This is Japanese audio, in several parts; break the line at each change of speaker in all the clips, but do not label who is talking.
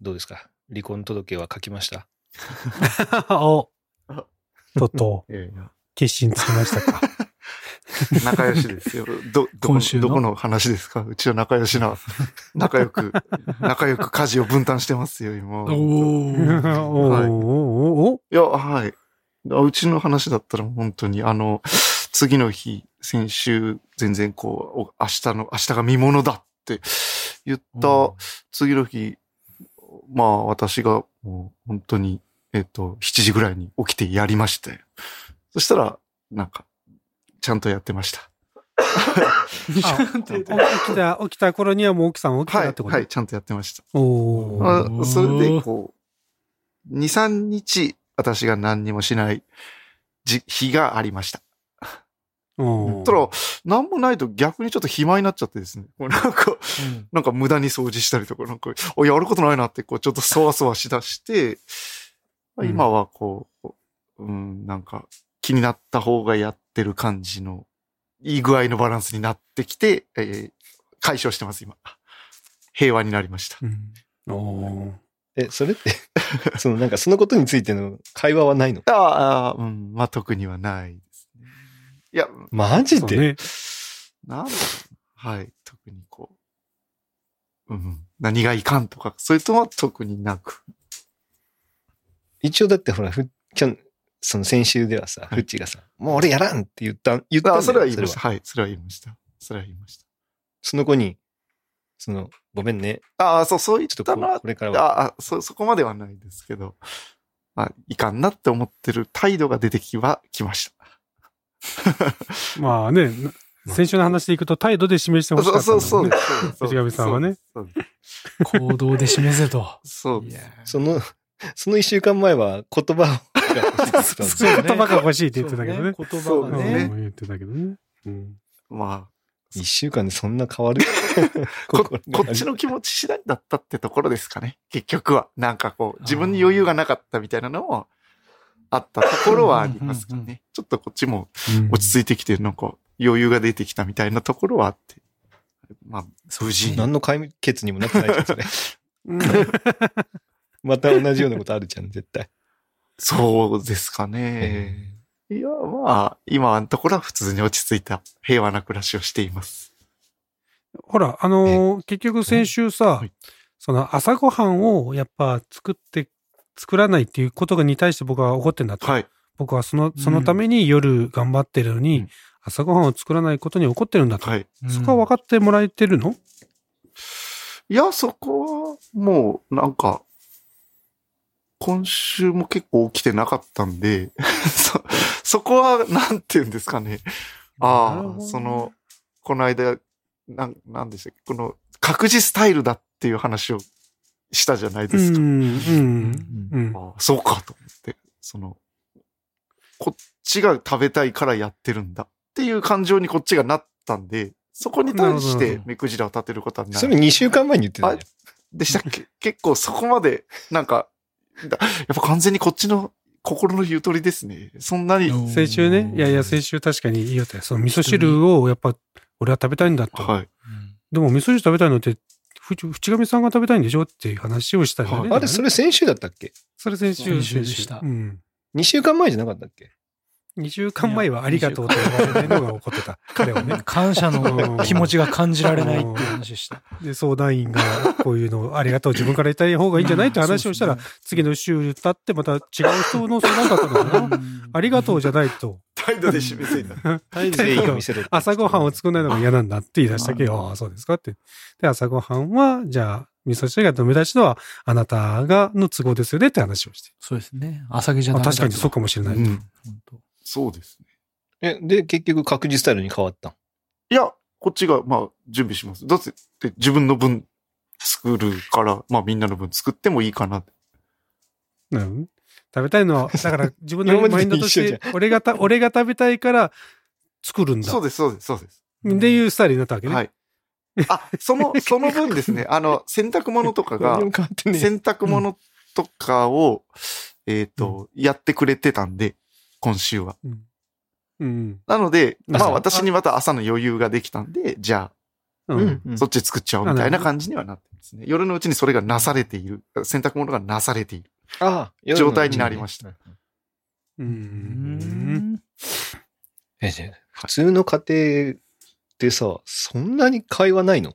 どうですか離婚届は書きました
お、とっと、
いやいや。
決心つきましたか。
仲良しです よ。ど、どこ
今週
の
の
どこの話ですかうちは仲良しな、仲良く、仲良く家事を分担してますよ、今。い
お
お
ー
ーおーおーおー
や、はい。あうちの話だったら本当に、あの、次の日、先週、全然こう、お明日の、明日が見ものだって言った次の日、まあ私がもう本当に、えっ、と、7時ぐらいに起きてやりまして。そしたら、なんか、ちゃんとやってました。
起きた、起きた頃にはもう奥さん起きて
は
た
い
っ、てこと、
は、い、ちゃんとやってました。
おー
あ
おー
それで、こう、2、3日、私が何にもしないじ日がありました。
おー
ただ、何もないと逆にちょっと暇になっちゃってですね。こうなんか、なんか無駄に掃除したりとか、なんか、おやることないなって、こう、ちょっとそわそわしだして、
うん
今はこう、うん、なんか、気になった方がやってる感じの、いい具合のバランスになってきて、えー解消してます、今。平和になりました。
うんおー
え、それって、 そのなんかそのことについての会話はないの
ああ、うん、まあ、特にはないですね。いや、
マジ
そう
で、
ね
なんだろうな。はい、特にこう、うん、何がいかんとか、それとは特になく。
一応だってほら、ふきょんその先週ではさ、
は
フ
い
ッチーがさ、もう俺やらんって言った、言ったんだよ
あそれは言いまし
そ
た。はい、それは言いました。それは言いました。
その子に、その、ごめんね、
ああ、そう、そう言っ
ちょったと
の
こ
は
これからは、
ああ、そ、そこまではないですけど、まあ、いかんなって思ってる態度が出てきは、きました。
まあね、先週の話でいくと態度で示してほしかった、ね。
そうそうそうです。そうです
藤上さんはね。
そうです
行動で示せと。
そうです。
その、その一週間前は言葉をが 欲しいって言ってたんですよ、
う言葉が欲しいって言ってたけどね
そう言葉
そ
が
う
ね
ね。
うん言ってたけどね。うん
まあ、
一週間でそんな変わる
こ
心が
こっちの気持ち次第だったってところですかね。結局は。なんかこう、自分に余裕がなかったみたいなのもあったところはありますか
うんうんうん
ね。ちょっとこっちも落ち着いてきて、なんか余裕が出てきたみたいなところはあって。まあ、無事に。
何の解決にもなってないじゃん、それ。また同じようなことあるじゃん、絶対。
そうですかね。いや、まあ、今のところは普通に落ち着いた平和な暮らしをしています。
ほら、あのー結局先週さ、
はい
その朝ごはんをやっぱ作って、作らないっていうことに対して僕は怒ってんだと。
はい。
僕はその、そのために夜頑張ってるのに、
うん
朝ごはんを作らないことに怒ってるんだと。
はい。
そこは分かってもらえてるの
いや、そこは、もう、なんか、今週も結構起きてなかったんで、 そ、そこは、なんて言うんですかね。
なる
あ
ほ
あ、
どね
その、この間、なん、なんでしたっけ、この、各自スタイルだっていう話をしたじゃないですか。
うん、うん、
ん。
うん。
ああそうかと思って、その、こっちが食べたいからやってるんだっていう感情にこっちがなったんで、そこに対し
なるほ
て
ど
目くじらを立てることはな
そ
い
れ。二週間前に言ってたじゃん。
でしたっけ 結構そこまで、なんか、だやっぱ完全にこっちの心のゆとりですね。そんなに、
うん
先週ね、いやいや、先週確かに言いよったよその味噌汁をやっぱ、俺は食べたいんだと。
はい。
でも味噌汁食べたいのって、ふち、淵上さんが食べたいんでしょっていう話をしたよね。
はい
だから
あ
ね
れ、それ先週だったっけ
それ先週。
先週でした
うん。
二週間前じゃなかったっけ
2週間前はありがとうと言われないのが怒ってた。彼 はね。
感謝 の気持ちが感じられないっていう話 した。
で、相談員が、こういうのをありがとう、自分から言った方がいいんじゃないって話をしたら、次の週経ってまた違う人の相談だったのかな。 ありがとうじゃないと、
態度で示せた。
態
度
でいいよ見せろって。
朝ごはんを作らないのが嫌なんだって言い出したけど、ああ、そうですかって。で、朝ごはんは、じゃあ、味噌汁が飲み出しのは、あなたが、の都合ですよねって話をして。
そうですね。朝毛じゃ
あ
な
確かにそうかもしれ
う
ない。
ん。
本当
そうですね。
え、で、結局、各自スタイルに変わったん
いや、こっちが、まあ、準備します。だって、自分の分作るから、まあ、みんなの分作ってもいいかなって。
なるほどね食べたいのは、だから自分
今ま
の
でと
マインドとし
一緒
て、俺がた、俺が食べたいから作るんだ
そ。うです、そうです、そうです。
でいうスタイルになったわけね。
はい。あ、そ の、その分ですね、あの、洗濯物とか が
何に、も変わってねえ。
洗濯物とかを、えっ、と、やってくれてたんで、今週は。
うん。うん。
なので、ま
あ
あ私にまた朝の余裕ができたんで、じゃあ、
う
うんん。うん
そっち作っちゃおうみたいな感じにはなってますね。夜のうちにそれがなされている。洗濯物がなされている。
ああ
状態になりました。
う。
うんん
えね普通の家庭ってさ、そんなに会話ないの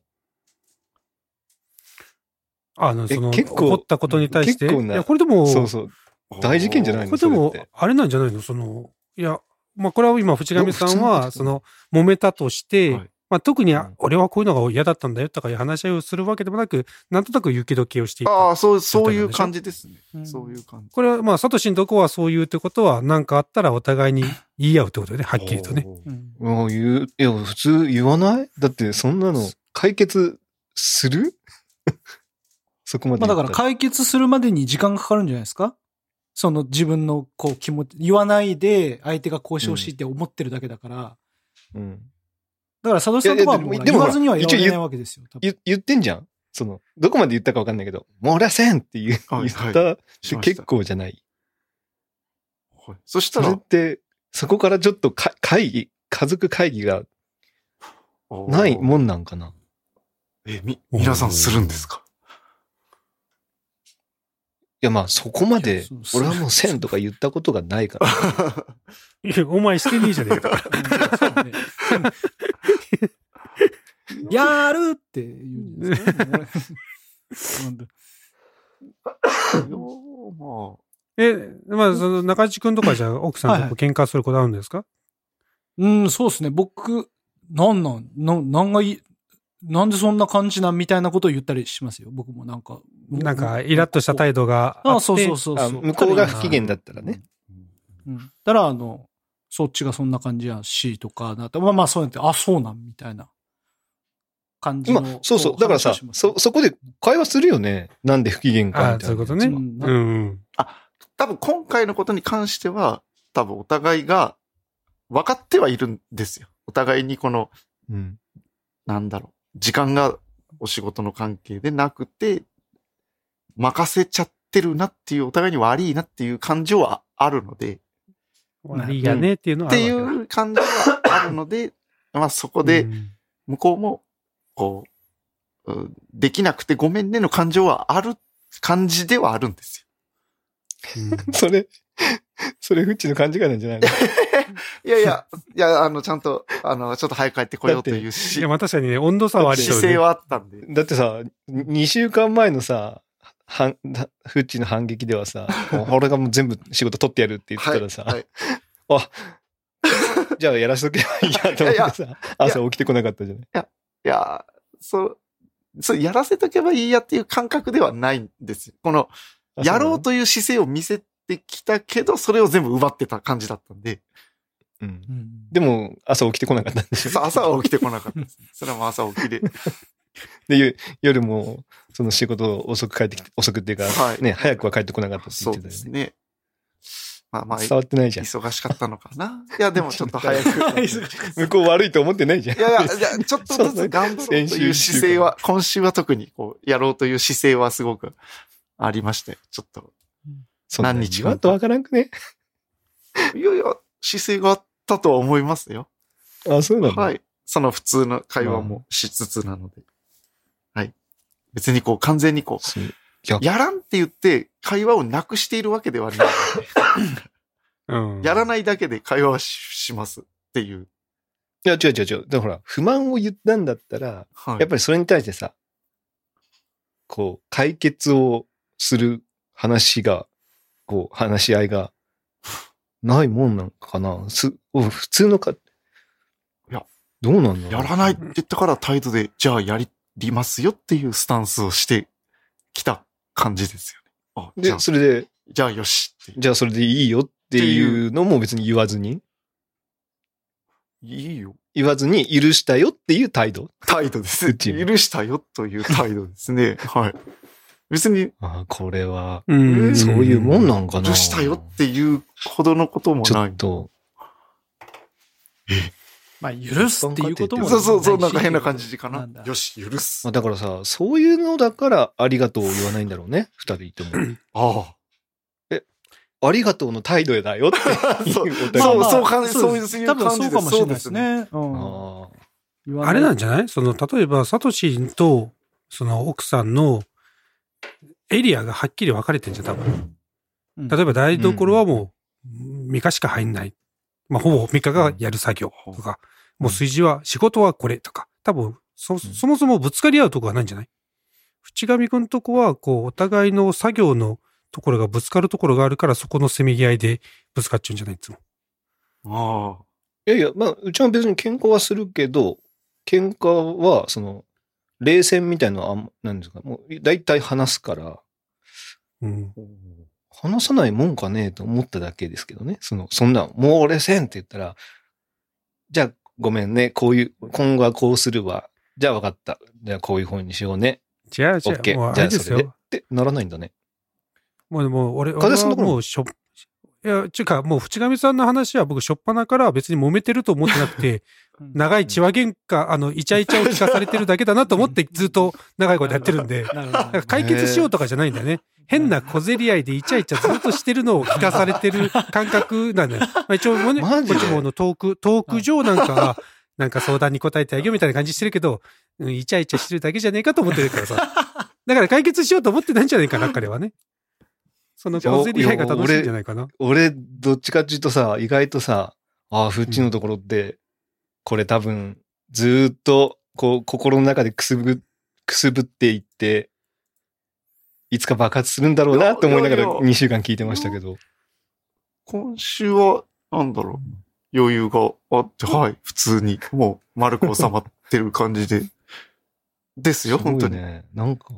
あの、
え
その、
結構
怒ったことに対して。
結構ない
や、これでも、
そうそう。大事件じゃないの
これでも
それって、
あれなんじゃないのその、いや、まあ、これは今、淵上さん
どう
は、
普通
そ
の
の、揉めたとして、
はい
まあ、特に、
うん
俺はこういうのが嫌だったんだよとかいう話し合いをするわけでもなく、なんとなく雪解けをしてい
あ
た。
あ、そう、そういう感じですね。
うん
そういう感じ。
これは、まあ、サトシのとこはそういうってことは、なんかあったらお互 いに言い合うってことよね、はっきりとね。
おー。
うん
もう言う、いや、普通言わないだって、そんなの解決する そこまで
ま
言
あだ
った
から解決するまでに時間がかかるんじゃないですかその自分のこう気持ち、言わないで相手がこうしてほしいって思ってるだけだから。
うん
だから佐藤さんとかはもう
いやいやで
言
も
わずには
でも
言
ほ
わ
ら
れないわけですよ。多分
言言ってんじゃんその、どこまで言ったかわかんないけど、漏らせんって言う
はいは
言
い
ったって
しました
結構じゃない。
はいそし
そ
た
れっ
ら、
て、そこからちょっとか会議、家族会議がない
ん。
もんなんかな。
え、み、皆さんするんですか
いやまあそこま
いや
で
そう、そう
俺はもうせんとか言ったことがないから。
いやお前してねえじゃねえ か。
うん やるって言うんじゃないですかもう俺なんだ
も
え、まあ、その、中地君とかじゃ、奥さんとこ喧嘩することあるんですか、
うん、そうですね。僕、なんなん、ななんがいい、なんでそんな感じなんみたいなことを言ったりしますよ。僕もなんか。
なんか、イラッとした態度があって。
あそうそうそう
あ
そう。
向こうが不機嫌だったらね。
うん。たら、あの、そっちがそんな感じやし、とか、なったまあまあ、そうやって、あ、そうなん、みたいな感じの。
今、そうそう。だからさ
話をし、ます
そ、そこで会話するよね。なんで不機嫌か
あ
みた
そう
い
いう
な。
ことね。
う
うんん、うん。
多分今回のことに関しては、多分お互いが分かってはいるんですよ。お互いにこの、
うん。
なんだろう、時間がお仕事の関係でなくて、任せちゃってるなっていう、お互いに悪いなっていう感情はあるので、
悪いやねっていうの
っ
はあ
てい
るわけだ。
う感情はあるので、 まあそこで
うん
向こうも、こう、うんできなくてごめんねの感情はある感じではあるんです
それ、 それ、フッチの勘違いなんじゃないの
よ。いやいや、 いや、あの、ちゃんと、あの、ちょっと早く帰ってこようという
い
し
や、まあ確かにね、温度差はありそう
姿
ね
勢はあったんで。
だってさ、2週間前のさ、はんフッチの反撃ではさ、もう俺がもう全部仕事取ってやるって言ってたらさ、
はいはい
じゃあやらしとけばいいやと思ってさ、朝起きてこなかったじゃない。
いや、そう、そう、やらせとけばいいやっていう感覚ではないんですよ。この、
あ
やろう。
そ
という姿勢を見せてきたけど、それを全部奪ってた感じだった んで、
うなのうん
うん
でも、朝起きてこなかったんで しょ
そう朝は起きてこなかったです。それはもう朝 起きで。
で、ゆ夜も、その仕事遅く帰ってきて、遅くっていうか、
はい
ね、早くは帰ってこなかったって言
そ
っ
う
てた
で
よ
す
ね。
ね。まあまあ、
伝わってないじゃん。
忙しかったのかな。いや、でもちょっと 早く。
向こう悪いと思ってないじゃん。
いやいや、いやちょっとずつ頑張ろうという姿勢は、今週は特にこう、やろうという姿勢はすごくありましたよ。ちょっと。
そんな
何日
言わんとわからんくね。
いやいや、姿勢があったとは思いますよ。
あ、そうなの、
はい。その普通の会話もしつつなので。はい。別にこう完全にこ
そう
う、やらんって言って会話をなくしているわけではない。
うん。
やら
い。
ないだけで会話はししますっていう。
いや、違う違う違う。だからほら、不満を言ったんだったら、
はい。
やっぱりそれに対してさ、こう、解決をする話が、こう、話し合いが、ないもんなんかな。す、お普通のか、い
や、
どうなんだろ
や
う
らないって言ったから態度で、じゃあやりますよっていうスタンスをしてきた感じですよね。あ、じゃあ
で、、それで、
じゃあよしっていう。
じゃあそれでいいよっていうのも別に言わずに、
いいよ。
言わずに許したよっていう態度。
態度です。
うち
許したよという態度ですね。はい。別に、
ああ、これは、
う。
うん
そういうもんなんんかな。
許したよっていうほどのことも
ちょ
ない
っ。と、
まあ、許すっていうことも。
そうそうそう、なんか変な感
じ。
じか
な
なん
だ。
よし、許す。
まあ、
あ
だからさ、そういうのだからありがとうを言わないんだろうね、二人とも。
あ。
ありがとうの態度だよっていう
そう
お互いに
まあそうそう感じ
です
そういう
多分
感
そ
じ
う
です
かもしれないですね。うん
あ
言わ
あれなん
じ
じゃないその、例えば、サトシと、その、奥さんの、エリアがはっきり分かれてんじゃん、多分。
うん
例えば、台所はもう、ミカしか入んない。まあ、ほぼミカがやる作業とか、もう炊事は、仕事はこれとか、多分、そ、そもそもぶつかり合うとこがないんじゃない淵上くんとこは、こう、お互いの作業のところがぶつかるところがあるから、そこのせめぎ合いでぶつかっちゃうんじゃないいつも。
ああ。
いやいや、まあ、うちも別に喧嘩はするけど、喧嘩は、その、冷戦みたいなのはあんま、なんですか、もう、大体話すから、
うん。
話さないもんかねえと思っただけですけどね。その、そんな、もう俺せんって言ったら、じゃあごめんね、こういう、今後はこうするわ。じゃあ分かった。じゃあこういう風にしようね。
じゃあ、じ
オ
ゃ
ッケ
あ、もう
ー。
あ
じゃ
れ
あ
です
それで。っ
よ。
てならないんだね。
もうでも俺、
風
俺
さんのと
は
ころも
もうしょ、いや、ちゅうか、もう、淵上さんの話は僕、しょっぱなから別に揉めてると思ってなくて、
うん
長い血は喧嘩、あの、イチャイチャを聞かされてるだけだなと思って、ずっと長いことやってるんで、
なる
だ
ほ
から解決しようとかじゃないんだよね。変な小競り合いでイチャイチャずっとしてるのを聞かされてる感覚なんだよ。まあ、一応もうね、こ
マ
っ
ジで
ちもあのトーク、トーク上なんかは、なんか相談に答えてあげようみたいな感じしてるけど、うん、イチャイチャしてるだけじゃねえかと思ってるからさ。だから解決しようと思ってないんじゃないかな、彼はね。その小競り合いが楽しいんじゃないかな。
俺、どっちかっていうとさ、意外とさ、ああ、フッチのところって、これ多分、ずーっと、こう、心の中でくすぶ、くすぶっていって、いつか爆発するんだろうなと思いながら
いやいや
2週間聞いてましたけど。
今週は、なんだろう。余裕があって、はい、普通に、もう、丸く収まってる感じで。ですよ、
すごい
本当に。
ね。なんか、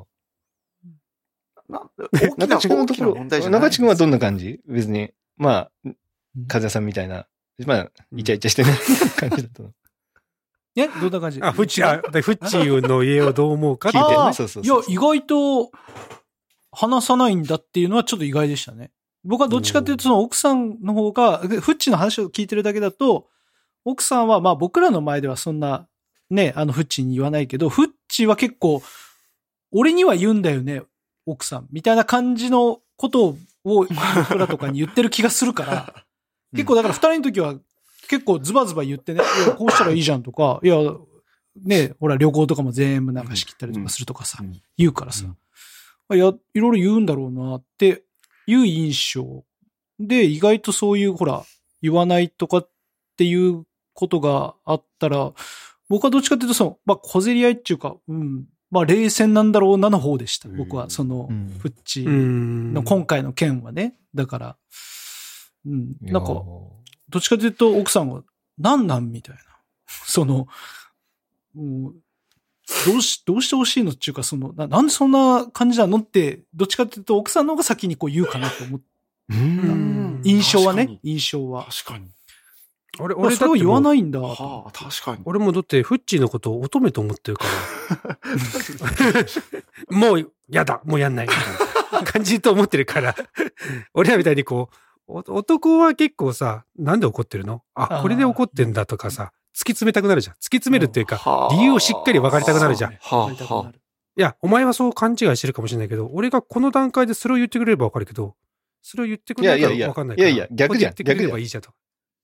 なん大きな、
中地君の
大
と
き
こ
な
ろ、
問題じゃない。
中地君はどんな感じ別に。まあ、風谷さんみたいな。まあ、イチャイチャしてね、感じだと。
え、どんな感じ
あ、フッチ、あ、でフッチーの家をどう思うかって
聞いて
ね
ね
あー
そうそう
い
そ
や
う、
意外と話さないんだっていうのはちょっと意外でしたね。僕はどっちかっていうと、その奥さんの方が、でフッチの話を聞いてるだけだと、奥さんはまあ僕らの前ではそんな、ね、あのフッチに言わないけど、フッチは結構、俺には言うんだよね、奥さん、みたいな感じのことを僕らとかに言ってる気がす るから、結構だから二人の時は結構ズバズバ言ってね、いやこうしたらいいじゃんとか、いや、ね、ほら旅行とかも全部流し切ったりとかするとかさ、
うん
言うからさ、いや、いろいろ言うんだろうなっていう印象。で、意外とそういうほら、言わないとかっていうことがあったら、僕はどっちかっていうとその、まあ小競り合いっていうか、うん、まあ冷戦なんだろうなの方でした。僕
う
は
ん
その、
ん
フッチ
う
の
ん。
今回の件はね、だから、うん、なんか、
う
どっちかというと奥さんは、なんなんみたいな。 その、もう、どうし、どうしてほしいのっていうか、そのな、なんでそんな感じなのって、どっちかというと奥さんの方が先にこう言うかなと思って、
うん
印象は
確
ね
か、に
印象は。
確かに。
俺、
俺、
俺
そ
だ
れ
っ
を
て
言
も
わ
う、
ないんだ。
はあ、確かに。
俺もだって、フッチーのことを乙女と思ってるから。 もう、やだ、もうや んない。みたいな感じと思ってる から。俺らみたいにこう、お男は結構さ、なんで怒ってるのあ
あ、ー
これで怒ってんだとかさ、突き詰めたくなるじゃん。突き詰めるっていうか、
はあ
理由をしっかり分かりたくなるじゃん。い
そう
はあ
ね分かりたくなる
や、お前はそう勘違いしてるかもしれないけど、俺がこの段階でそれを言ってくれれば分かるけど、それを言ってくれない
いやい
か
やい
ら
や
分かんないから。
いやいや逆じゃん
こうやって言ってくれればいいじゃんと。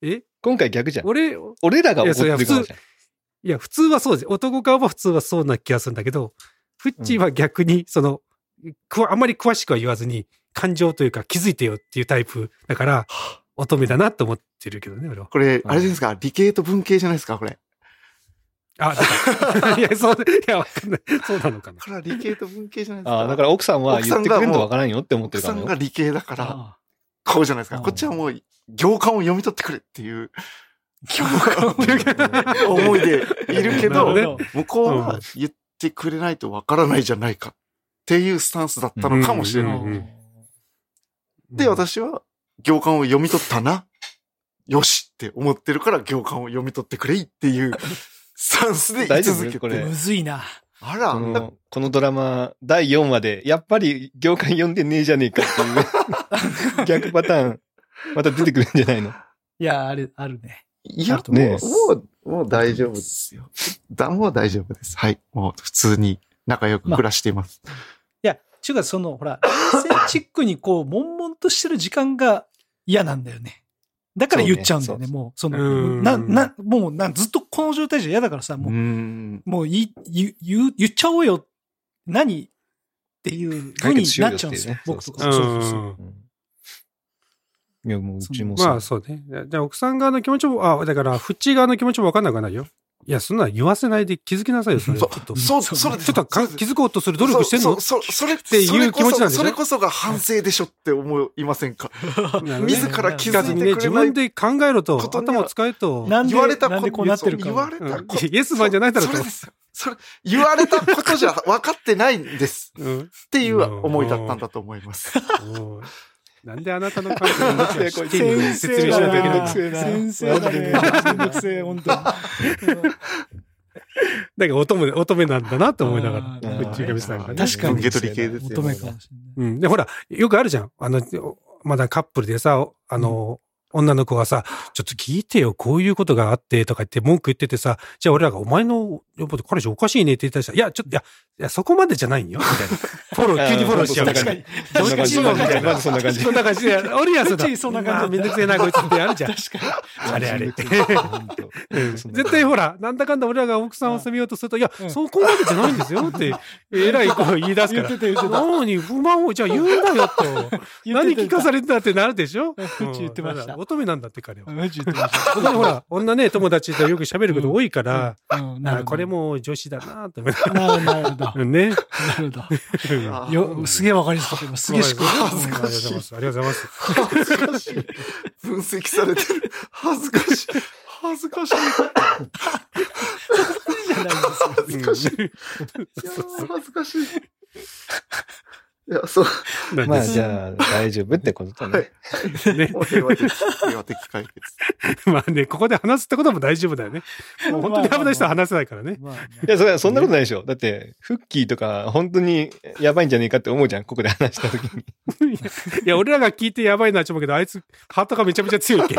え
今回逆じゃん。
俺、
俺らが怒ってるからじゃん。
いや、普通はそうです。男側は普通はそうな気がするんだけど、フッチーは逆に、その、くわあんまり詳しくは言わずに、感情というか気づいてよっていうタイプだから、乙女だなと思ってるけどね、俺は。
これ、あれじゃないですか、理系と文系じゃないですか、これ。
あ、だ からいや、そう、いや、わかんない。そうなのかな。
これは理系と文系じゃないですか。
ああ、だから奥さんは
奥
言
さ
っ
ん
て
が
くれん
も
と
う
わからんよって思って
奥
るか
さ
ら
ん
よ
が。理系だから、
あ
こうじゃないですか。
うん
こっちはもう、行間を読み取ってくれっていう
あ
うん
思いでいる
なる
けど、
ほどね
向こう
う
は
ん
言ってくれないとわからないじゃないかっていうスタンスだったのかもしれない。
うんうんうん
で、、私は行間を読み取ったな。よしって思ってるから行間を読み取ってくれいっていうスタンスで言い続け
大
てる。
丈夫これ
むずいな。
あ
こ
ら、な
のこのドラマ、第4話で、やっぱり業界読んでねえじゃねえかっていう 逆パターン、また出てくるんじゃないの
いや、ある、あるね。
い
あ
や
る、と思います
もう、もう大丈夫ですよ。だ、もう大丈夫です。はい。もう普通に仲良く暮らしています。
いや、ちゅうかその、ほら、冷戦チックにこう、悶々としてる時間が嫌なんだよね。だから言っちゃうんだよね、
そう
もう。その、
うん
な、な、もうな、ずっとこの状態じゃ嫌だからさ、もう、
ん。
もうい言う、言う、言っちゃおうよ、何っていう風になっちゃうんですよ、
解
僕
決し
と
よ
か。
う
そうそうそう。
ん
いや、もううちもさ、
まあそうね。じゃあ奥さん側の気持ちも、あ、だから、フッチー側の気持ちも分かんなくはないよ。いや、そんなの言わせないで気づきなさいよ、それ。
そう
ちょっと、ち
そう、
そう
それ
ょっとか気づこうとする努力してん
そ
の
うそう、それって
いう気持ちなんでしょ
それこそが反省でしょって思いませんか
なるほどね
自ら気
聞
づ
かず
いてく
に
れな
ね、
い。
自分で考えろと、
ことには
頭を使えと。
なんで
言われた
なん
こ
で
と
こうなってるか
そう言われたこと
うんイエスマンじゃないだろうと
それですよそれ、言われたことじゃ分かってないんです。
うん
っていう思いだったんだと思います。
おいなんであなたの感情を
いやこれ
丁寧に説明しなきゃいけない
先生だな
だか
先生だね。めんどくせえ、本当に。
ら乙女、乙女なんだなと思いながら。
うん
あー
藤井上さんがね
確かに
受け取り系です
乙
よ
女
ね。
かもしれない。
うん。で、ほら、よくあるじゃん。あの、まだカップルでさ、あの、女の子がさ、ちょっと聞いてよ、こういうことがあって、とか言って文句言っててさ、じゃあ俺らがお前の、やっぱり彼氏おかしいねって言ったりしたら、いや、ちょっと、いや、いや、そこまでじゃないんよ、みたいな。フ ォロー、急にフォローしちゃうみたいな。
そんな感じ、
ど
そ
っ
ん
ち
な
のみたい
感じ、
な
まずそんな感じ
そ。んな感じで、俺や
うちそんな感じ
まあめんどくせえな、こいつってあるじゃん。
確かに。
あれあれって。
本当
うん
そんな
絶対ほら、なんだかんだ俺らが奥さんを責めようとすると、いや、そこまでじゃないんですよって、えらいこう言い出す
言
か
っ
ら
て。た言ってた。
なのに不満をじゃあ言うんだよと。
言って
何
た
聞かされてたってなるでしょ
うんうち言ってました
うん乙女なんだって彼は。
マジ言ってました
本当にほら、女ね、友達とよく喋ること多いから、
うんなる
あ
ほど
これも女子だなって思
なるなるほど。な
う。ね。
るほ
あ
ど。よ、すげえわかりやすかった今。すげえしっくり
恥ずかしいます。ありがとうございます。
恥ずかしい。分析されてる。恥ずかしい。恥ずかしい。
じゃないんです
恥ず
よ。
かしい。
いやー恥ずかしい。いや、そう。
なん
ま
で
あ
す
じゃあ大丈夫ってことだ
は
ね
い。。もう平和的、平和的解決。
まあね、ここで話すってことも大丈夫だよね。もう本当に危ない人は話せないからね。
まあまあ
いや、それはそんなことないでしょ。だって、フッキーとか本当にやばいんじゃねえかって思うじゃん、ここで話した時 に。
いや、俺らが聞いてやばいなっちゃうけど、あいつ、ハートがめちゃめちゃ 強いけ。い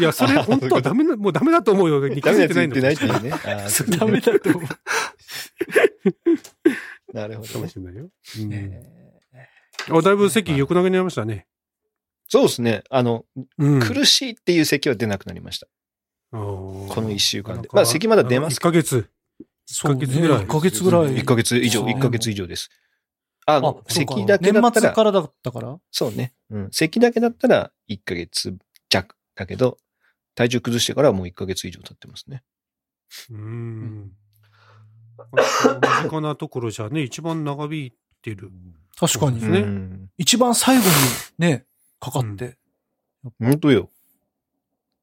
や、それ本当はダメな、もうダメだと思うよ。気
ダメな
づい
やつ言っ
てないの
てないっていうね。あーそう
ダメだと思う。
なるほ
か
ど
も
ね。
しれないよ。うんあだいぶ席横投げになりましたね。
そうですね。あの、
うん。
苦しいっていう咳は出なくなりました。
こ
この1週間で。まあ、咳まだ出ます
1ヶ月。
そうね
一ヶ月ぐらい
一ヶ月ぐ
1ヶ月
らい。
以上、
そう
1ヶ月以上です。あ
あ
の、、咳だけだ
年
った
末
ら、
からだったから
そうね。うん。咳だけだったら1ヶ月弱だけど、体重崩してからはもう1ヶ月以上経ってますね。
うん。身近なところじゃね、一番長引いてる。
確かに
そうですね
うん
一番最後にね、かかって。
本当よ。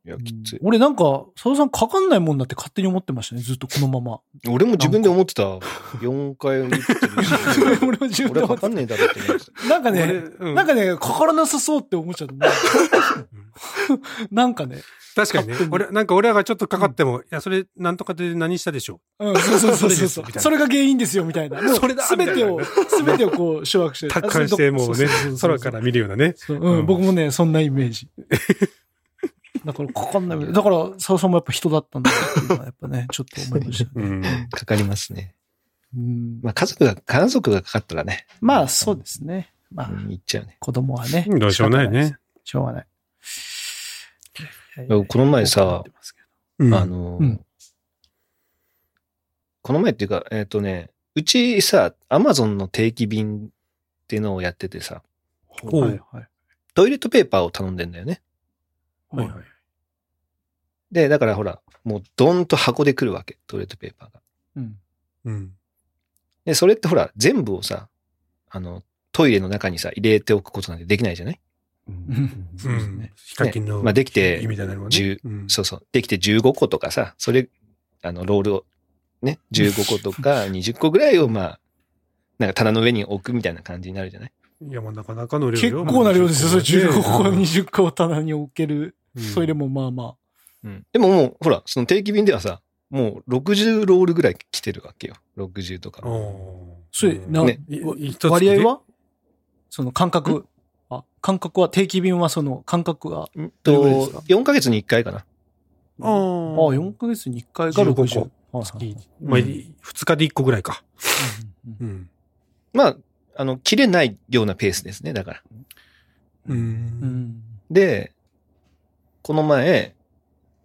いや、きつい。
俺なんか、佐藤さんかかんないもんだって勝手に思ってましたね、ずっとこのま ま。
俺も自分で思ってた。4回打ってるし
俺も自分で
俺はか
思って
かんねえだろって思ってた。
なんか
俺
ね、
う
なんかね、かからなさそうって思っちゃったもん。 なんかね。
確かにね
勝手。に
俺、なんか俺らがちょっとかかっても、いや、それ、なんとかで何したでしょ
うん、そうそうそ
そ
うそうそ
れですみたいな
う。それが原因ですよ、みたいな。もう
それだ
すべてを、すべてをこ う、掌握して。
う。達観して、もうね、空からら見るようなね。
そううん、
うん
僕もね、そんなイメージ。だから、かかん ない。だから、佐藤さんもやっぱ人だったんだなっていうのは、やっぱね、ちょっと思いました。
うん。
かかりますね。
うん
まあ、家族が、家族がかかったらね。
まあ、そうですね。まあ
う、ん。いっちゃうね。
子供はね。
どうしようもないね。
しょうがない。
この前さ、
うん
あの、
うん
この前っていうか、えっ、とね、うちさ、アマゾンの定期便っていうのをやっててさ、
おう
はいはい。
トイレットペーパーを頼んでんだよね。
はいはい
で、だからほら、もうドンと箱で来るわけ、トイレットペーパーが。
うん。
うん。
で、それってほら、全部をさ、あの、トイレの中にさ、入れておくことなんてできないじゃない
そううです
ん
ね。。
ヒカキンの
まあ、できて、
意味だね。
10
うん
そうそう。できて15個とかさ、それ、あの、ロールを、ね、15個と か20個ぐらいを、まあ、なんか棚の上に置くみたいな感じになるじゃない
いや、もうなかなかの量よ
結構な量ですよ。それ15個、20個を棚に置ける
うん
トイレもまあま
うん。でももう、ほら、その定期便ではさ、もう60ロールぐらい来てるわけよ。60とか。
おー
それな
ね
い一
あ。
つ
割合はその感覚。あ、感覚は、定期便はその感覚が。
うん
どれぐらいで
と
すか、
4ヶ月に1回かな。
あ
あ、
あ
4ヶ月に1回が60。
15
はいはい
月。まあ、2日で1個ぐらいか。
うんうんうん
うん。
まあ、あの、切れないようなペースですね、だから。
う。
うんん。
で、この前、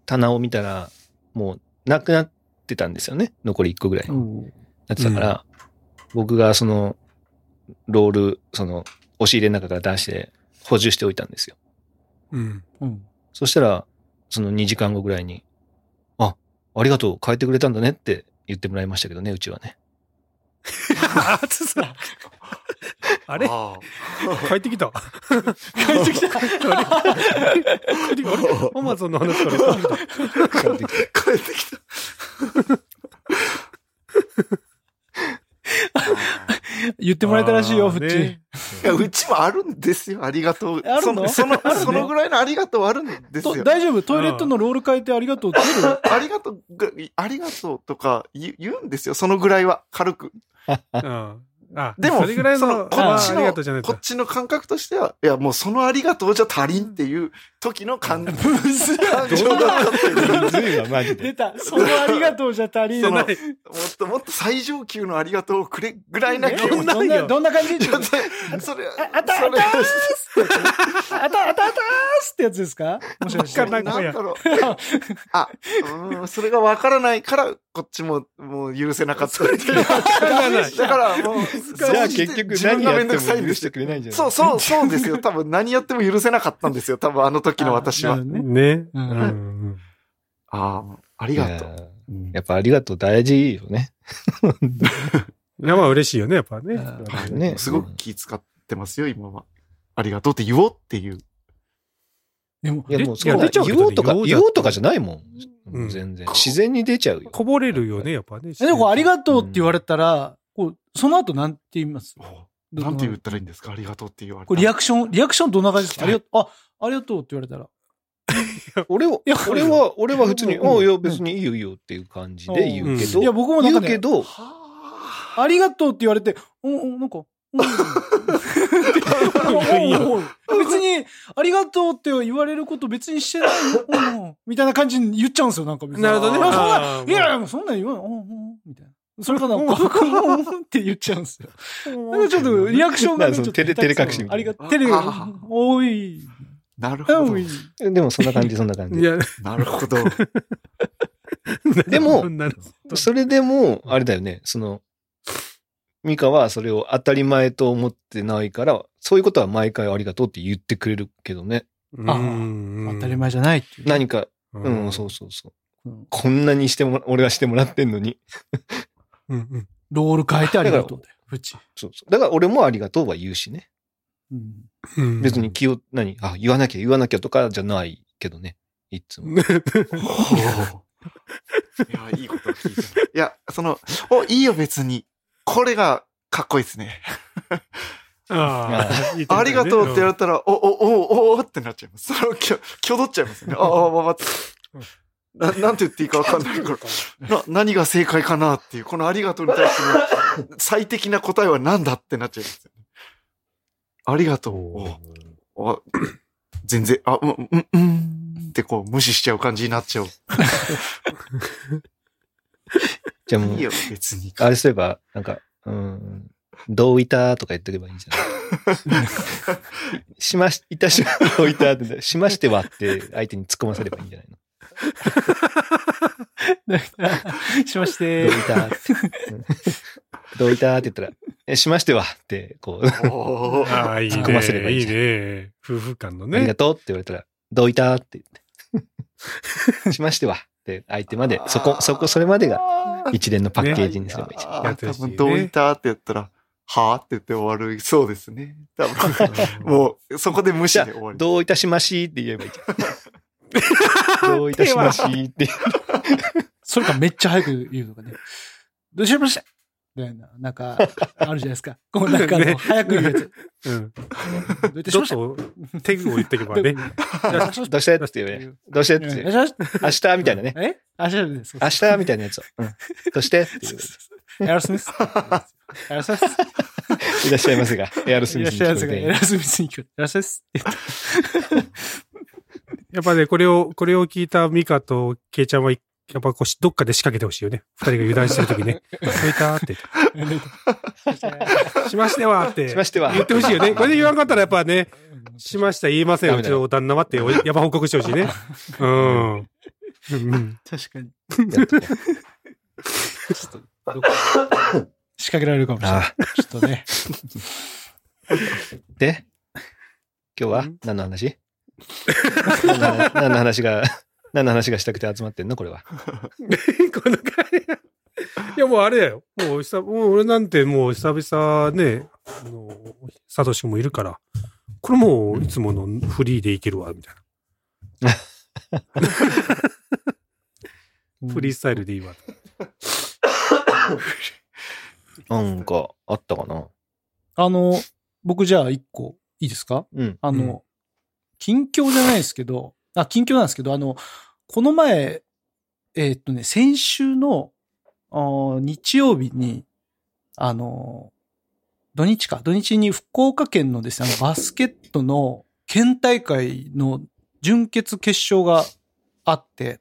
棚を見たら、もうなくなってたんですよね。残り1個ぐらい。
うん
なってたから、僕がその、ロール、その、押し入れの中から出して補充しておいたんですよ。
うん。
うん。
そしたら、その2時間後ぐらいに、あ、ありがとう、変えてくれたんだねって言ってもらいましたけどね、うちはね。
あつさ。あれ
あ
帰ってきた。
帰ってきた。
帰ってきた。あれアマゾンの話から帰ってきた。
あ帰ってきた。
言ってもらえたらしいよ、
あ
フ
ーね
ッチ。
いや、うちもあるんですよ。ありがとう。
あるの
その、そ
あ
の
るの
そのぐらいのありがとうはあるんです
と
よ。
大丈夫トイレットのロール変えてありがとうって出る
ありがとうが、ありがとうとか言う言うんですよ。そのぐらいは、軽く。
うん。あ、
でも、
それぐらい
そ
の、
こ
あ
っち
ーありがとうじゃな
の、
い
こっちの感覚としては、いや、もうそのありがとうじゃ足りんっていう時の感感
むずい
情だったっていう。も
ずいわ、マジ
出。た。そのありがとうじゃ足りん
その
な。
ないい。
っともっと最上級のありがとうをくれぐらいな気
ど
持
ん
ち。
な、どんなどんな感じ
ちょっとそれ、
ああた
それ
あたあたあたあたーすってやつですかもしかして。
なんか
なんだろう。 あ、うーん、それがわからないから、こっちも、もう許せなかったっていう。
らない
だから、もう、
じゃあ結局何やっても許してくれないんじゃない
そうそう、そうです よ。多分何やっても許せなかったんですよ。多分あの時の私
あ
は。
なるほどね
ね。
う
うんん。
ああ、あり
いや
がとう。うん
やっぱありがとう大事よね。
いや、まあ嬉しいよね、やっぱね。
あ
ーね
すごく気使ってますよ、今は。ありがとうって言おうっていう。
でも
い、や、
で
もうそん
い
な
や出ちゃうけ
言
ど
おうとか、
言おうじゃ
言おうとかじゃないも。
うんん
全然。自然に出ちゃうよ。
こぼれるよね、やっぱね。
えでもこうありがとうって言われたら、こう、その後なんて言いますど
なんて言ったらいいんですかありがとうって言われ
こ
た
れ
ら。
リアクション、リアクションどんな感じですかあ
は
り
い
がとう、あ、ありがとうって言われたら。
俺は、
いや
俺は、俺は普通に、
うん
おういや、別にいいよいいよっていう感じで言うけ
う
ど、
ん
いや、僕もなん
言
か
うけ
ね、
ど、
は
ありがとうって言われて、お、お、なんか、うんおおお別に、ありがとうって言われること別にしてないおおおみたいな感じに言っちゃうんですよ、なんか別に。
なるほどね。
あそんな
あー
いやいや、そんなん言わない。うんうんみたいな。それかな、僕も、うんって言っちゃうんですよ。なんかちょっと、リアクションがね、
なんかそ
ちょ
の
っと下
照れ照
手くそ
れ隠しみた
あ
い
り
な
がとう。テレ
あ、
多い。
なるほど
多。い。
でもそんな感じ、そんな感
い
じ。
や、
なるほど。
でも
なるほど
それでも、あれだよね、その、ミカはそれを当たり前と思ってないから、そういうことは毎回ありがとうって言ってくれるけどね。
あ
うん
当たり前じゃないっていう。
何か、
う
うん、そうそうそう。
うん
こんなにしても、俺がしてもらってんのに。
うんうん。
ロール変えてありがとうだよ。うち。
そうそう。だから俺もありがとうは言うしね。
うん
うん
別に。気を、何あ、言わなきゃ言わなきゃとかじゃないけどね。いつも。
ほう いや、いいこと聞いた。いや、その、お、いいよ、別に。これが、かっこいいですね。
あーいいとこだ
あ
ね
りがとうって言われたら、お、お、お、お、おってなっちゃいます。それをきょ、きょどっちゃいますね。ああ、わわってな、なんて言っていいかわかんないから。な、何が正解かなっていう、このありがとうに対しての最適な答えは何だってなっちゃいますよね。ありがとうを。お全然、あ、うん、うん、うんってこう無視しちゃう感じになっちゃう。
じゃあもう
いい、よ、別に。
あれすれば、なんか、うん、どういたとか言ってけばいいんじゃないしまし、いたし、どういたって、しましてはって相手に突っ込ませればいいんじゃないの
しまし
ど
て
うい。たって。うんどういたって言ったら、え、しましてはって、こう、
おー
ああ、いい
突っ込ませれば
ね。
いい
いい
じゃん
ね。夫婦間の
ありが
ね。
とうって言われたら、どういたって言って。しましてはって相手まで、そこ、そこ、それまでが一連のパッケージにすればいいじゃん。
あ
や
ー
って
多
ほしいね
分どういたって言ったら、はあって言って終わる。そうですね。多分もう、そこで無視で終わり。
どういたしましって言えばいいじゃん。どういたしましって。
それかめっちゃ早く言うとかね。どうしましたみたいな、なんか、あるじゃないですか。こうなんかあの、
ね
早く言うやつ。
うん。
どうい
ち
たし
ょ
ま
っ
した
と、手具を言ってけばね。
どうしたって言えばいいじゃんどうしてって言えばいいじゃん
どうしました
明日みたいなね。
え明日です。
明日みたいなやつを。うん。そしてっていう、
エアロスミス。エアロスミス。
いらっしゃい ますが、エアロス
い
ミ
らっ
スに
しゃいま
聞
せ
こ
が、
え
エ
て
ラスミスに聞こえいらっしゃいです。
やっぱね、これを、これを聞いたミカとケイちゃんは、やっぱこうし、どっかで仕掛けてほしいよね。二人が油断してるときね。どういたって。しましてはって。
しましては。
言ってほしいよね。これで言わんかったらやっぱね、しました、言いません。
ダ
う
メ
ち
だよ
の旦那はって、おやば報告してほし いね。うん。うん。
確かに。
やっとね
ちょっと、どこか仕掛けられるかもしれない。
あ
ちょっとね。
ーで、今日は何の話何の話何の話が、何の話がしたくて集まってんのこれは。
この回。いや、もうあれだよ。もう、久々もう俺なんてもう久々ね、あの、サトシもいるから、これもういつものフリーでいけるわ、みたいな。フリースタイルでいいわ。
なんか、あったかな
あの、僕じゃあ一個、いいですか
うん。
あの、
うん
近況じゃないですけど、あ、近況なんですけど、あの、この前、えーっとね、先週の、あー日曜日に、あの、土日か、土日に福岡県のですね、あのバスケットの県大会の準決決勝があって、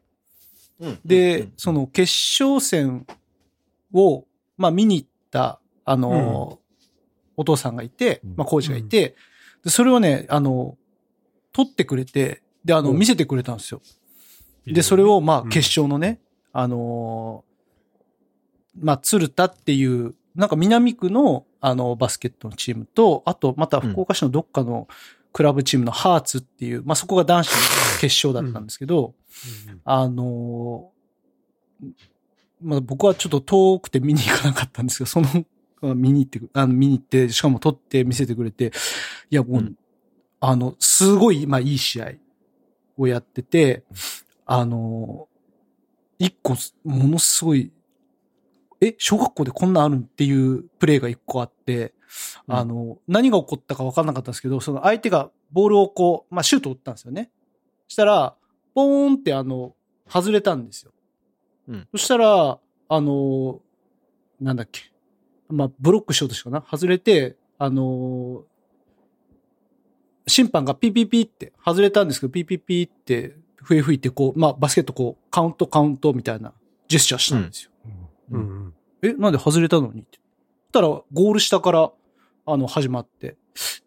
うん
で、
うん
その決勝戦を、まあ見に行った、あの、お父さんがいて、まあコーチがいて、で、それをね、あの、撮ってくれて、で、あの、
うん
見せてくれたんですよ。で、それを、まあ、
うん
決勝のね、あのーまあ、鶴田っていう、なんか南区の、あの、バスケットのチームと、あと、また福岡市のどっかのクラブチームのハーツっていう、まあ、そこが男子の決勝だったんですけど、
うん、
あのーまあ、僕はちょっと遠くて見に行かなかったんですけど、その、 あ見に行ってく、あの、見に行って、しかも撮って見せてくれて、いや、もう、
うん
あの、すごい、まあ、いい試合をやってて、あのー一個、ものすごい、え、小学校でこんなんあるんっていうプレーが一個あって、あの、何が起こったか分かんなかったんですけど、その相手がボールをこう、まあ、シュートを打ったんですよね。したら、ポーンってあの、外れたんですよ。
うん
そしたら、あの、なんだっけ。まあ、ブロックしようとしたかな。外れて、あの、審判がピーピーピーって、外れたんですけど、ピーピーピーって笛吹いて、こう、まあ、バスケットこう、カウントカウントみたいなジェスチャーしたんですよ。
うんうん。
え、なんで外れたのにって。そしたら、ゴール下から、あの、始まって。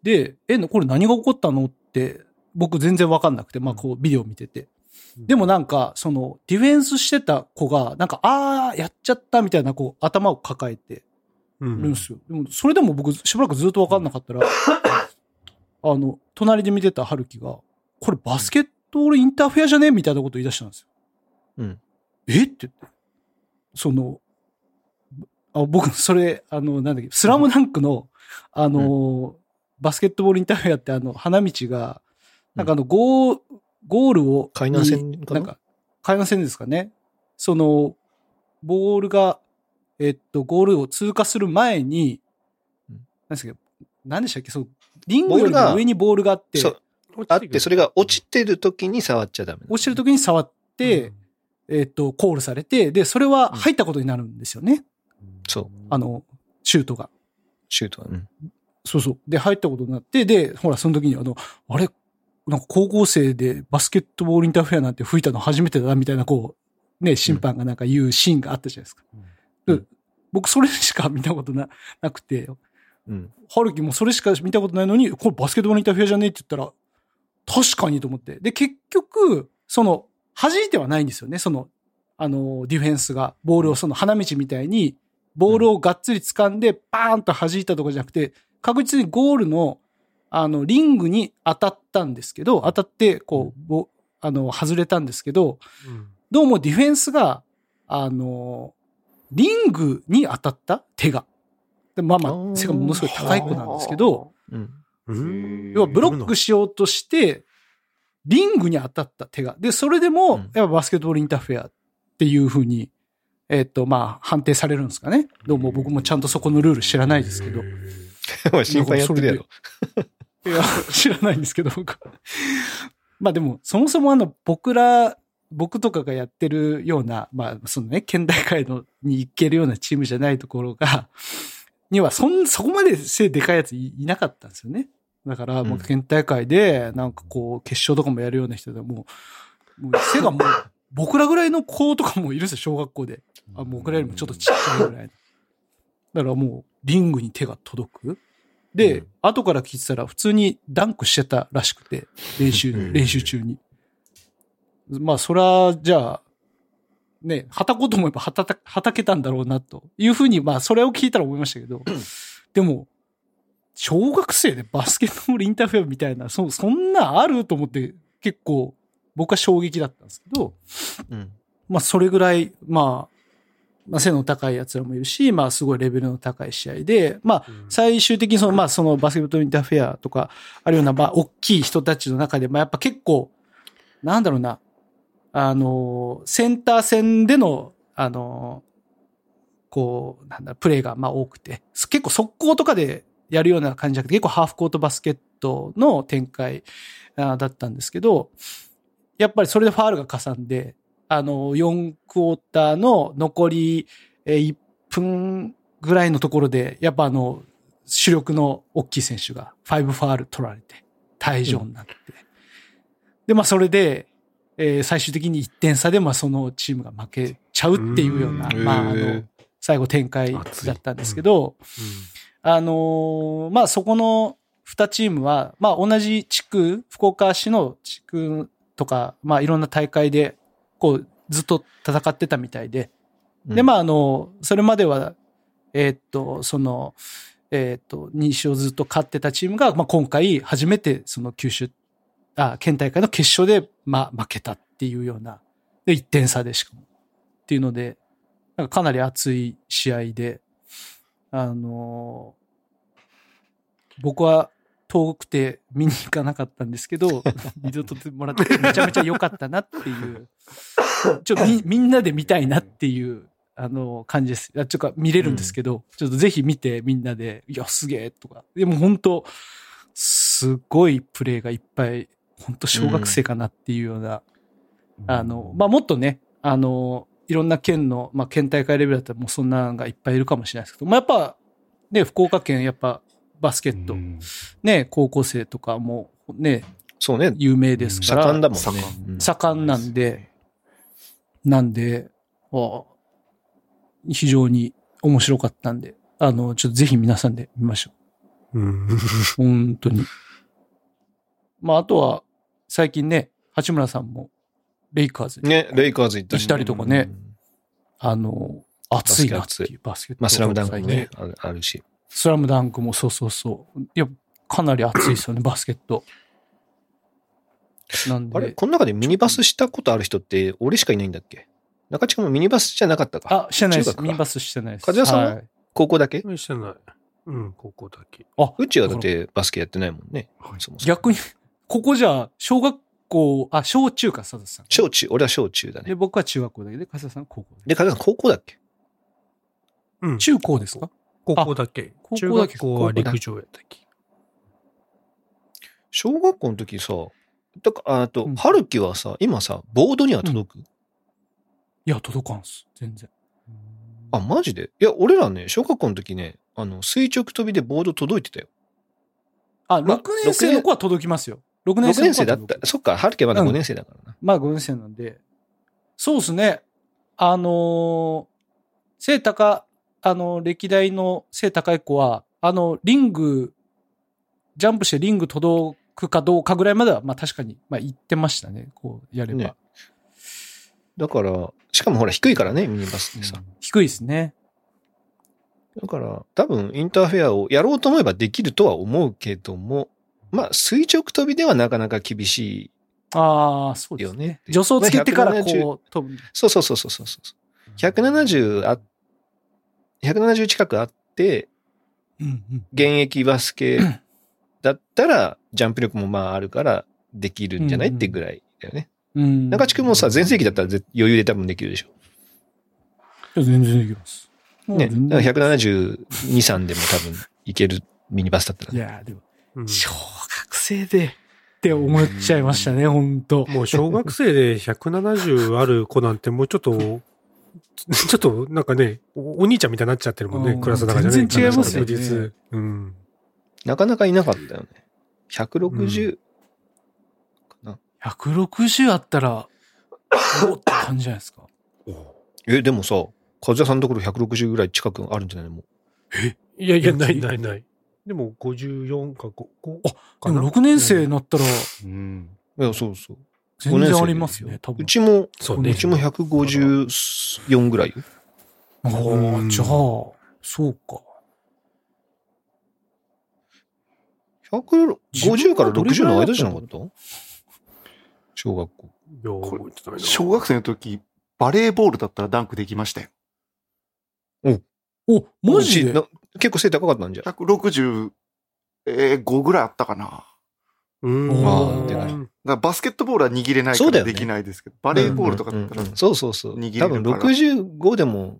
で、え、これ何が起こったのって、僕全然わかんなくて、まあ、こう、ビデオ見てて。でもなんか、その、ディフェンスしてた子が、なんか、あー、やっちゃったみたいな、こう、頭を抱えて
うん、
るんですよ。でも、それでも僕、しばらくずっとわかんなかったら、あの、隣で見てた春樹が、これバスケットボールインターフェアじゃねみたいなこと言い出したんですよ。
うん。
えって言って。その、あ僕、それ、あの、なんだっけ、スラムダンクの、あの、バスケットボールインターフェアって、あの、花道が、なんかあの、ゴー、ゴールを、
海南戦かな
なんか、海南戦ですかね。その、ボールが、えっと、ゴールを通過する前に、
うん
何でしたっけ、何でしたっけ、そう、リングより
ボール
も
が
上にボールがあって、
そう、あって、それが落ちてる時に触っちゃダメなの。
落ちてる時に触って、えっと、コールされて、で、それは
うん
入ったことになるんですよね。
そう、
あの、シュートが。
シュートは。うん
そうそう。で、入ったことになって、で、ほら、その時に、あの、あれ、なんか高校生でバスケットボールインターフェアなんて吹いたの初めてだな、みたいな、こう、ね、審判がなんか言うシーンがあったじゃないですか。
うん
で僕、それしか見たことな、 なくて、
うん。
ハルキもそれしか見たことないのに、これバスケットボールインターフェアじゃねえって言ったら、確かにと思って。で、結局、その、弾いてはないんですよね、その、あの、ディフェンスが、ボールをその花道みたいに、ボールをがっつり掴んで、バーンと弾いたとかじゃなくて、確実にゴールの、あの、リングに当たったんですけど、当たって、こう、ぼあの、外れたんですけど、
うん
どうもディフェンスが、あの、リングに当たった手が。でまあ
あ
まあ、
ー
背がものすごい高い子なんですけど、
うん。
うん。
要はブロックしようとして、リングに当たった手が。で、それでも、
うん
やっぱバスケットボールインターフェアっていう風に、えっ、と、まあ、判定されるんですかね。どうも僕もちゃんとそこのルール知らないですけど。
お前審判やってるやろ。
いや、知らないんですけど、僕は。まあでも、そもそもあの、僕ら、僕とかがやってるような、まあ、そのね、県大会のに行けるようなチームじゃないところが、には、そん、そこまで背でかいやついいなかったんですよね。だから、もう
うん
県大会で、なんかこう、決勝とかもやるような人でもう、もう背がもう、 僕らぐらいの子とかもいるんですよ、小学校で。あ、僕らよりもちょっとちっちゃいぐらいの。だからもう、リングに手が届く。で、
うん
後から聞いてたら、普通にダンクしてたらしくて、練習、
うん
練習中に。まあ、そら、じゃあ、ね、はたこうと思えばはたた、はたけたんだろうな、というふうに、まあ、それを聞いたら思いましたけど、でも、小学生でバスケットボールインターフェアみたいな、そ、そんなあると思って、結構、僕は衝撃だったんですけど、
うん。
まあ、それぐらい、まあ、まあ、背の高い奴らもいるし、まあ、すごいレベルの高い試合で、まあ、最終的にその、まあ、そのバスケットインターフェアとか、あるような、まあ、大きい人たちの中で、まあ、やっぱ結構、なんだろうな、あの、センター戦での、あの、こう、なんだろう、プレーが、まあ、多くて、結構速攻とかでやるような感じじゃなくて、結構ハーフコートバスケットの展開あーだったんですけど、やっぱりそれでファールがかさんで、あの、4クォーターの残りえー1分ぐらいのところで、やっぱあの、主力の大きい選手が5ファール取られて、退場になって。で、まあそれで、えー最終的に1点差で、まあそのチームが負けちゃうっていうような、
うーん
まああ
へ
の
ー、
最後展開だったんですけど、あのーまあ、そこの2チームは、まあ、同じ地区、福岡市の地区とか、まあ、いろんな大会で、こう、ずっと戦ってたみたいで、で、まあ、あの、それまでは、えーっと、その、えーっと、認証をずっと勝ってたチームが、まあ、今回、初めて、その、九州、あ、県大会の決勝で、まあ、負けたっていうような、で、1点差でしかも。っていうので、なんかかなり熱い試合で、あのー僕は遠くて見に行かなかったんですけど、 二度ともらってめちゃめちゃ良かったなっていう、ちょっとみみんなで見たいなっていう、あのー感じです。あちょっと見れるんですけど、ちょっとぜひ見てみんなで、いや、すげえとか。でも本当、すごいプレーがいっぱい、本当小学生かなっていうような、あの、まあ、もっとね、あの、いろんな県の、まあ、県大会レベルだったらもうそんなのがいっぱいいるかもしれないですけど、まあ、やっぱ、ね、福岡県、やっぱ、バスケット、ね、高校生とかも、ね、
そうね。
有名ですから。
盛んだもんね。
盛
うん
盛んなんで、なんで、あ非常に面白かったんで、あの、ちょっとぜひ皆さんで見ましょう。
うん。
本当に。まあ、あとは、最近ね、八村さんも、レイカーズに
ね、レイカーズ行った
行ったりとかね。あの、熱いなっていうバスケット。
まあ、スラムダンク
最
も
近
ね、あるあるし。
スラムダンクもそうそうそう。いや、かなり熱いです よね、バスケット。なんで。
あれ、この中でミニバスしたことある人って、俺しかいないんだっけ中地君もミニバスじゃなかったか。
あしてないで
中学
す。
か
ミニバスしてないです。
和也さんは
はい
高校だけ
うん。してない。うん、ここだけ。
あ、
うちはだってバスケやってないもんね。そもそも
逆に、ここじゃあ、小学校、あ、小中か、佐藤さん。
小中、俺は小中だ
で、
ね。
僕は中学校だけど、加藤さんは高校で。
で、加藤さん高校だっけ
うん。
中高ですか
高校だけ。
高校だけ
中学校は陸上やったっけ。
小学校の時さ、だから、あと
うん、
春樹はさ、今さ、ボードには届く、
いや、届かんっす。全然。
あ、マジでいや、俺らね、小学校の時ね、あの、垂直跳びでボード届いてたよ。
あ、
まあ
6年生の子は届きますよ。6
6
年生
年
の子
生
は
だ
届
っ
く
た。そっか、春樹はまだ5年生だからな。
まあ5年生なんで、そうですね。あのー背高、あの、歴代の背高い子は、あの、リング、ジャンプしてリング届くかどうかぐらいまでは、まあ確かに、まあ行ってましたね。こう、やれば。
ねだから、しかもほら、低いからね、ミニバスってさ。
低いですね。
だから、多分、インターフェアをやろうと思えばできるとは思うけども、まあ、垂直跳びではなかなか厳し
ああ、そう
い
で
よ
すね。
ね。
助走つけてから
170
こう飛ぶ。
そうそうそうそうそうそう。170あ、170近くあって、
うんうん。
現役バスケだったら、ジャンプ力もまああるから、できるんじゃないってぐらいだよね。
うん。
中地君もさ、全盛期だったらぜ余裕で多分できるでしょ。
いや全然できます。
ね。
もう全
だ
然
から172、3でも多分いけるミニバスだったら
い
ね。
や、でも、
うん
小学生で、って思っちゃいましたね、本当
もう小学生で170ある子なんてもうちょっと、 ちょっとなんかね、おお兄ちゃんみたいになっちゃってるもん
う
ね、
ん
クラスの中じゃね。
全然違いますよね
確実。うん。
なかなかいなかったよね。160、
160あったら、おって感じじゃないですか。
え、でもさ、和也さんのところ160ぐらい近くあるんじゃないのもう
いやいや、
うん
ないないない。でも54か5、5
で
かな
も6年生になったら
うん。
いや、そうそう。
全然ありますね、多
う
分。
ちも、
そう
う
ね
ちも154ぐらいよ。
あ
う
あ、
ん
じゃあ、そうか。
150から60の間じゃなかった小学校。
よー
これ
覚えてないな
小学生の時、バレーボールだったらダンクできましたよ。
お、マジ
うち
で
な結構背高かったんじゃん。
165ぐらいあったかな。だか
うん。
あ
ー出ない
らバスケットボールは握れないか
そうだ
ら
よね
できないですけど、バレーボールとかだったら
うんうんうんそうそうそう。
握れる
多分
から
65でも、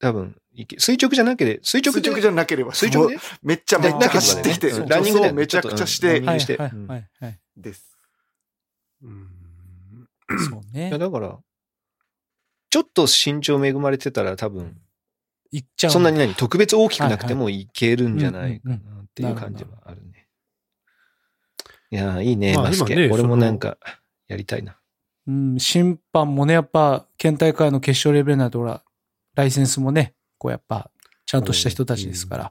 多分いけ、垂直じゃなければ、垂直
垂
で
直じゃなければ、
垂直
も
で
うめっちゃめっちゃ走ってきて、
あー
ランニングだよね
めちゃくちゃし
ちょっとう
て
ん
はい
して
はい
うん
はいはい。
です。
うん
そう
いや、
ね。
だから、ちょっと身長恵まれてたら多分、
いっちゃう。
そんなに何、特別大きくなくてもいけるんじゃないかなっていう
はいはい
感じはあるね。いやー、いいね、
まあ
バス
今ね
ケ。俺
その
もなんか、やりたいな。
うん、審判もね、やっぱ、県大会の決勝レベルになると、ほら、ライセンスもね、こうやっぱ、ちゃんとした人たちですから、
うん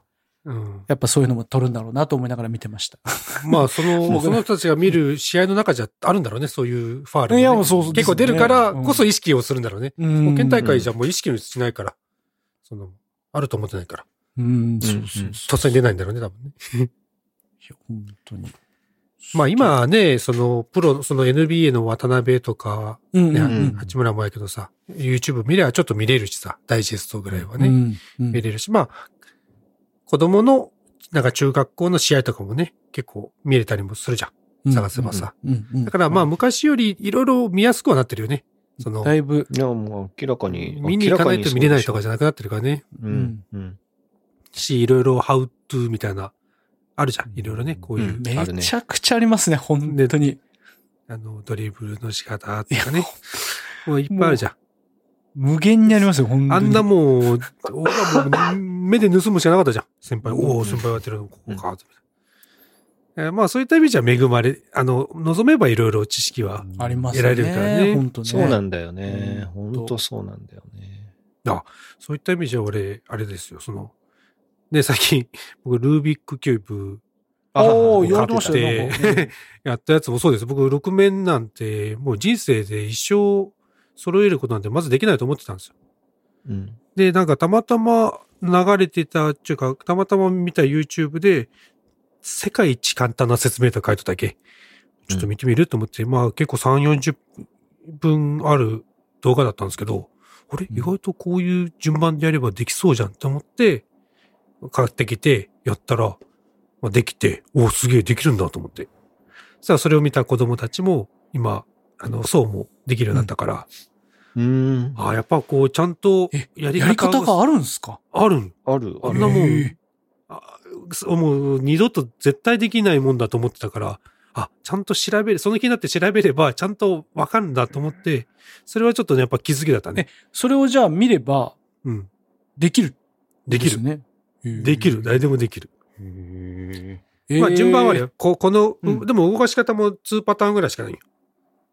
やっぱそういうのも取るんだろうなと思いながら見てました。
まあ、そ の、
僕
その人たちが見る試合の中じゃあるんだろうね、そういうファールもね。
いやもうそうそう
結構出るからこそ意識をするんだろうね。
うん
もう県大会じゃもう意識をしないから、その、あると思ってないから、
うん、そう
うん
そうそ
突然出ないんだろうね、多分ね。
う。本当に。
まあ今ね、その、プロ、その NBA の渡辺とか、
うん
ね、
うん
ん
八村もやけどさ、YouTube 見ればちょっと見れるしさ、ダイジェストぐらいは
う
ね、
んうん
見れるし、まあ、子供の、なんか中学校の試合とかもね、結構見れたりもするじゃん。探せばさ。
うんうん
だからまあ昔よりいろいろ見やすくはなってるよね。その
だ、いぶ、
いや、もう明らかに。
見に行かないと見れないとか
じ
じゃなくなってるからね。
ゃうん。うん。
し、いろいろ How to みたいな、あるじゃん。いろいろね、こういう、
うんある
め
ね
ちゃくちゃありますね、本当に。
あの、ドリブルの仕方とかね。もういっぱいあるじゃん。
無限にありますよ、本当
あ
に。
んなもう、俺はもう目で盗むしかなかったじゃん。先輩、
うん
おお、先輩やってるの、ここか、とえーまあそういった意味じゃ恵まれ、あの、望めばいろいろ知識は。
あります
得られるからね
本当ね。
そうなんだよね。
う
本
ん
当そうなんだよね。
そういった意味じゃ俺、あれですよ、その、ね、最近、僕、ルービックキューブ
あ
おー
はい
言
は
わ
い
れてましたよ
買っ
なんか
てやったやつもそうです。僕、6面なんて、もう人生で一生揃えることなんてまずできないと思ってたんですよ。
うん。
で、なんかたまたま流れてたっていうか、たまたま見た YouTube で、世界一簡単な説明と書いただけ、ちょっと見てみると思って、まあ結構3、40分ある動画だったんですけど、あれ
うん
意外とこういう順番でやればできそうじゃんと思って、買ってきて、やったら、まあ、できて、おお、すげえできるんだと思って。さあ、それを見た子供たちも、今、あの、そうもできるようになったから、
うん。
ああ、やっぱこう、ちゃんと
え、
やり
やり
方
方があるんですか
あるん
ある、あ
あん
る。
なも
へ
ん
え、
あそうもう二度と絶対できないもんだと思ってたから、あ、ちゃんと調べる、その気になって調べれば、ちゃんとわかるんだと思って、それはちょっとね、やっぱ気づきだったね。
それをじゃあ見れば、
うん。
できる。
できる。
ね。
できる。誰でもできる。
えー。
まあ、順番はあるよ。ここの、
うん
うでも動かし方も2パターンぐらいしかないよ。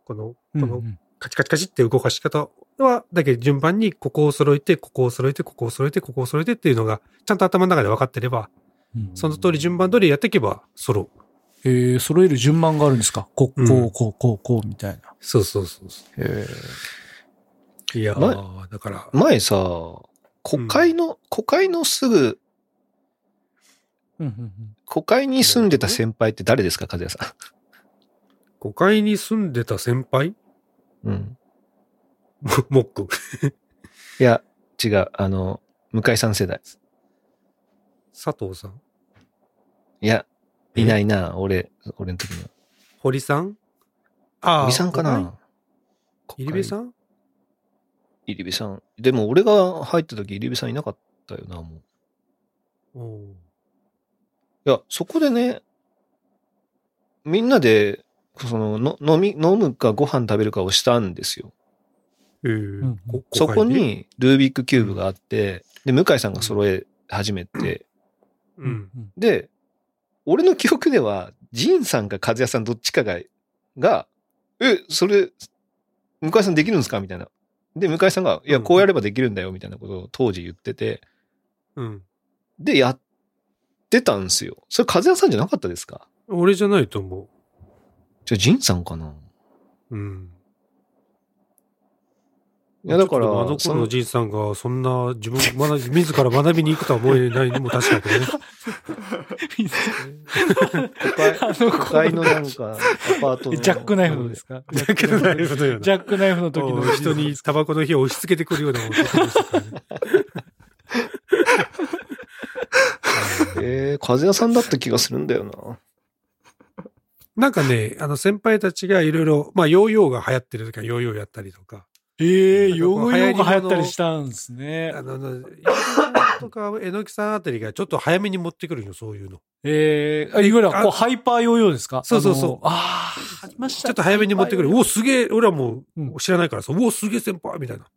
この、
うんう
こ
ん
の、カチカチカチって動かし方は、だけど順番に、ここを揃えて、ここを揃えて、ここを揃えて、ここを揃えてっていうのが、ちゃんと頭の中で分かってれば、
うん
その通り順番通りやっていけば、揃う。
えー、揃える順番があるんですかこ
うん
う、こう、こう、こう、こう、みたいな。
そうそうそうそう。
へ
いや
ま
ー、だから
ー、前さ、古海の、古海のすぐ、
うんうんうん
古海に住んでた先輩って誰ですか、和也さ
5階に住んでた先輩
ん。 うん。
モモック。
いや、違う。あの、向井さん世代。
佐藤さん
いや、いないな、俺、俺の時には。
堀さんあ
入さんかな
入部さん
入部さん。でも俺が入った時、入部さんいなかったよな、もう。
おう
いや、そこでね、みんなで、その、の飲み、飲むかご飯食べるかをしたんですよ。
ええ
ん
こ
そこ、
五階で
に、ルービックキューブがあって、で、向井さんが揃え始めて、
う。ん。
うん
で、俺の記憶では、ジンさんか和也さんどっちかが、が、え、それ、向井さんできるんですかみたいな。で、向井さんが、いや、
うん
こうやればできるんだよ、みたいなことを当時言ってて、
うん。
で、やっってたんですよ。それ、和也さんじゃなかったですか
俺じゃないと思
じゃあ、仁さんかな
う。うん。
いや、だから
ちょっとあの、
そ
頃
の
のじいさんが、そんな自分、学び、自ら学びに行くとは思えないのも確かだ けどね。
都会
あの
都会の
頃
なんか、アパー トの。
ジャックナイフのですか
だけどだいぶのような
ジャックナイフの時の
人にタバコの火を押し付けてくるような男でしたからね
えー、和也さんだった気がするんだよな。
なんかね、あの先輩たちがいろいろ、まあヨーヨーが流行ってる時はヨーヨーやったりとか、
ええー、
なんかこう
ヨーヨーが流
流行り
行
の
ったりしたんですね
あ。の、ヨーヨーとか、えのきさんあたりがちょっと早めに持ってくるよ、そういうの。
ええー、あいわゆる、こう、
あ
ハイパーヨーヨーですか
そうそうそう
あのあー、ありました。
ちょっと早めに持ってくる。うお、すげえ、俺はも
うん
う知らないからさ、うお、すげえ先輩みたいな。
うん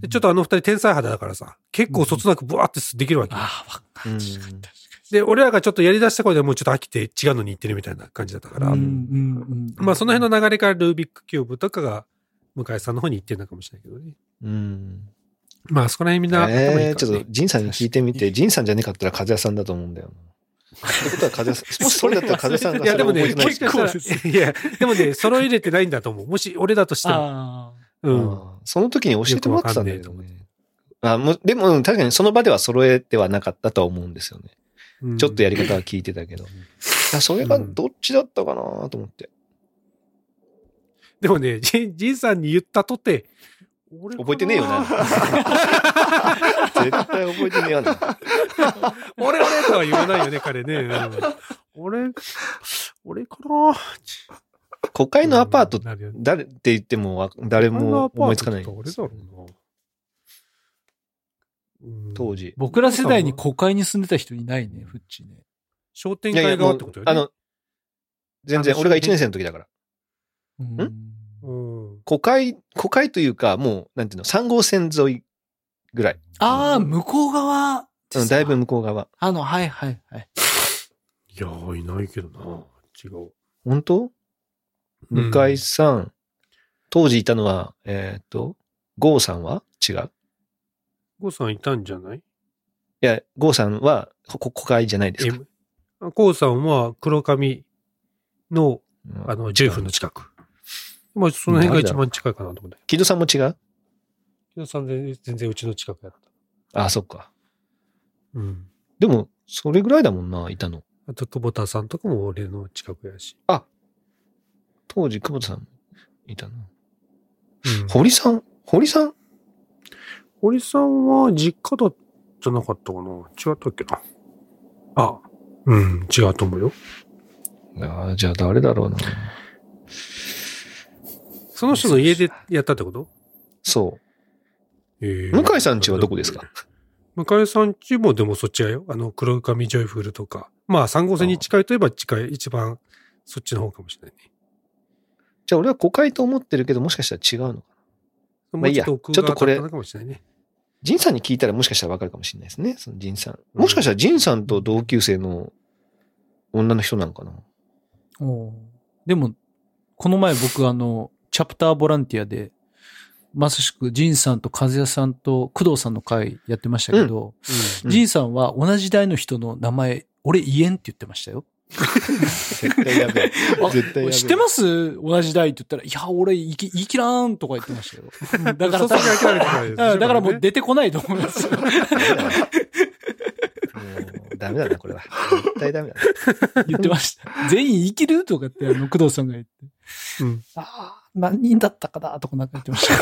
で、ちょっとあの二人天才肌だからさ、結構そつなくブワーってできるわけ。
ああ、わかんない。確かに確か
で、俺らがちょっとやり出した頃でもうちょっと飽きて違うのに行ってるみたいな感じだったから、
に。うんうんうん
まあその辺の流れからルービックキューブとかが向井さんの方に行ってるのかもしれないけどね。
うん。
まあそこら辺みんな、頭いい
えー、
からね
ちょっと、仁さんに聞いてみて、仁さんじゃねかったら和也さんだと思うんだよな。ってことは和 也さん、もしそれだったら和也さんが
いや、
それ
でも
を覚え
ね、
てない
結
し
構
構いや、でもね、揃い入れてないんだと思う。もし、俺だとしても。
ああ。
うん。
あーその時に教えてもらってたんだよ
よくわかんね
ね。あもうでも、うん確かにその場では揃えてはなかったとは思うんですよね。
うん
ちょっとやり方は聞いてたけど。いやそれがどっちだったかなと思って。
でもね、じじいさんに言ったとて、俺
覚えてねえ よな。絶対覚えてねえよ な。
俺俺とは言わないよね、彼ね。うん俺、俺かな
都会のアパート、
なるよね
誰って言ってもわ誰も思いつかない。
俺だろうな。
当
時。
時。
僕ら世代に都会に住んでた人いないね、フッチね。
商店
いやい
街
や、も
側っ
う
てことよね。
あの、全然、
あの
俺が1年生の時だから。
うん
うん、
都会、都会というか、もう、なんていうの、3号線沿いぐらい。
ああ、向こう側ですか
うんだいぶ。向こう側。
あの、はいはいはい。
いやー、いないけどな。違う。
本当
うん
向井さん、当時いたのは、えーっと、郷さんは違う
ゴさんいたんじゃない
いや、郷さんは、ここ、都会じゃないですか。
え、コウさんは黒髪の、
うん
あの、10分の近く。まあ、その辺が一番近いかなと思って。
木戸さんも違う
木戸さん全然全然うちの近くやった。
あ、そっか。
うん。
でも、それぐらいだもんな、いたの。
あと、久保田さんとかも俺の近くやし。
当時、久保田さんもいたな。
うん。
堀さん堀さん
堀さんは実家だじゃなかったかな違ったっけなあ、うん、違うと思うよ。
あーじゃあ誰だろうな。
その人の家でやったってこと
そ
え
う。向井さんちはどこですか
向井さんちもでもそっちやよ。あの、黒髪ジョイフルとか。まあ、3号線に近いといえば近い、一番そっちの方かもしれないね。
じゃあ俺は誤解と思ってるけど、もしかしたら違うのかな。まあいいや
もうちょっと
ちょっと
奥側だ
これ
ったのかもしれないね。
仁さんに聞いたらもしかしたらわかるかもしれないですね。その仁さん。もしかしたら仁さんと同級生の女の人なのかな。
おーでも、この前僕あの、チャプターボランティアで、まさしく、ジンさんと和也さんと工藤さんの会やってましたけど、
うん
ジンさんは同じ代の人の名前、俺言えんって言ってましたよ。
絶対やべえ。絶対やべえ。
知ってます同じ代って言ったら、いや、俺言いき言い切らんとか言ってましたよ。うんだから多
そう
分、
そう諦めてないです
うんだからも
そううね
出てこないと思いますよ。
もうダメだな、これは。絶対ダメだな。
言ってました。全員生きるとかって、あの、工藤さんが言って。
うん
ああ、何人だったかなとかなんか言ってました。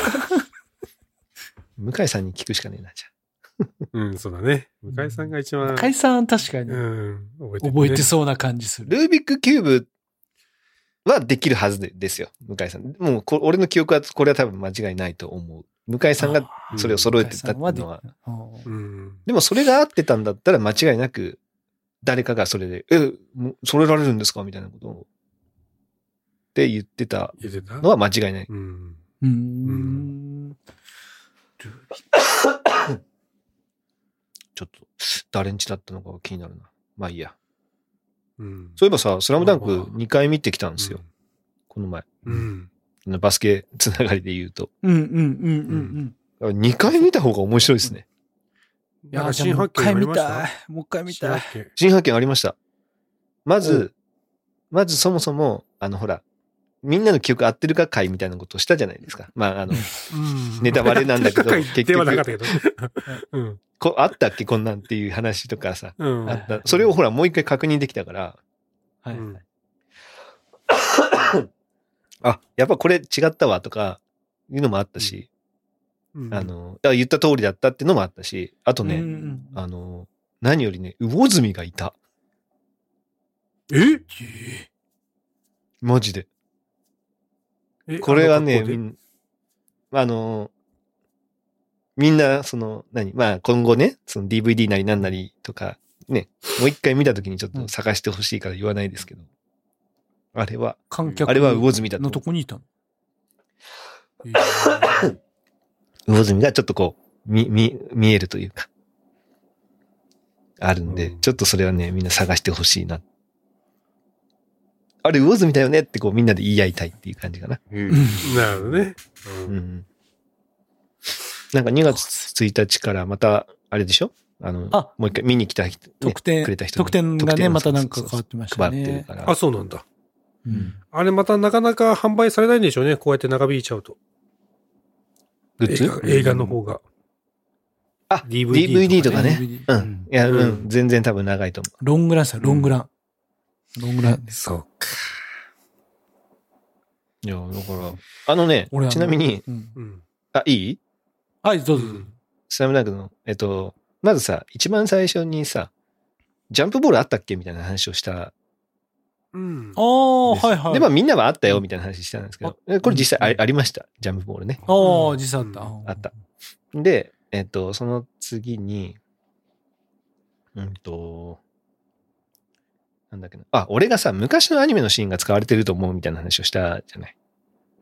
向井さんに聞くしかねえな、じゃ
うん、そうだね。向井さんが一番、
解散確かに
うん、覚えてるね
覚えてそうな感じす
あ
る。
ルービックキューブはできるはずでですよ、向井さん。もうこ、俺の記憶は、これは多分間違いないと思う。向井さんが
あ
それを揃えてたっていうのは。
解散はでき
う
ない
ん。
でもそれが合ってたんだったら間違いなく、誰かがそれで、え、もうそれられるんですかみたいなことを。って言ってた
言ってた
のは間違いない。
うん。
うんうん。
ちょっと、誰んちだったのかが気になるな。まあいいや。
うん。
そういえばさ、スラムダンク
まあまあ
2回見てきたんですよ。この前。
うん。
あのバスケつながりで言うと。
うんうんうんうんうん。
2回見た方が面白いですね。
いや、
なんか
じゃあ
新
もう
発
一
見あり
回見
ました
たい。もう一回見た
新
い。
発
新発見ありました。まず、まずそもそも、あの、ほら、みんなの記憶合ってるか会みたいなことをしたじゃないですか。まあ、あの、
見うん
ネタバレなんだけど結局
で はなかった けど。うん。
こあったっけこんなんっていう話とかさ。
うん。
あった。それをほら、もう一回確認できたから、
はい。
うん
あ、やっぱこれ違ったわとか、いうのもあったし、
うん
あ、の、あ言った通りだったっていうのもあったし、あとね、
うんうんうん
あの、何よりね、魚住がいた。
え
マジで。
え
これは
あ
ね、
の格
み
好で
んあの、みんな、その、何まあ、今後ね、その DVD なりなんなりとか、ね、もう一回見たときにちょっと探してほしいから言わないですけど、あれは、
観客
あれは魚住だ
のと
と。
こにいたの。
魚住がちょっとこう、み、み、見えるというか、あるんで、
うん
ちょっとそれはね、みんな探してほしいな。あれ、魚住だよねってこう、みんなで言い合いたいっていう感じかな。
うん
なるほどね。
う
うん
んなんか2月1日からまた、あれでしょあの、
あ
もう一回見に来た人、ね
特典、
くれた人に
特典が
特
ね、
典を
またなん
そう
か
そう
変わってました
配ってる
ね。
から。
あ、そうなんだ。
うん
あれまたなかなか販売されないんでしょうね。こうやって長引いちゃうと。
グッ
映
ズ
画映画の方が。
あ DVD
DVD
とかね。
DVD
うん。
ん
いや、うん、
うん
全然多分長いと思
ロングランさ、ロングラン。ロングランです。
そうか。
う。いや、だから、あのね
俺、あの
ちなみに、
うん
うん。
あ、いい
はい、どうぞ。
スラムダンクの、えっと、まずさ、一番最初にさ、ジャンプボールあったっけみたいな話をしたんです。
うん。
ああ、はいはい。
で、まあみんなはあったよみたいな話したんですけど、えこれ実際あり
うん
ありました。ジャンプボールね。
ああ、実際あった。
うん
あった。で、えっと、その次に、うんと、なんだっけな。あ、俺がさ、昔のアニメのシーンが使われてると思うみたいな話をしたじゃない。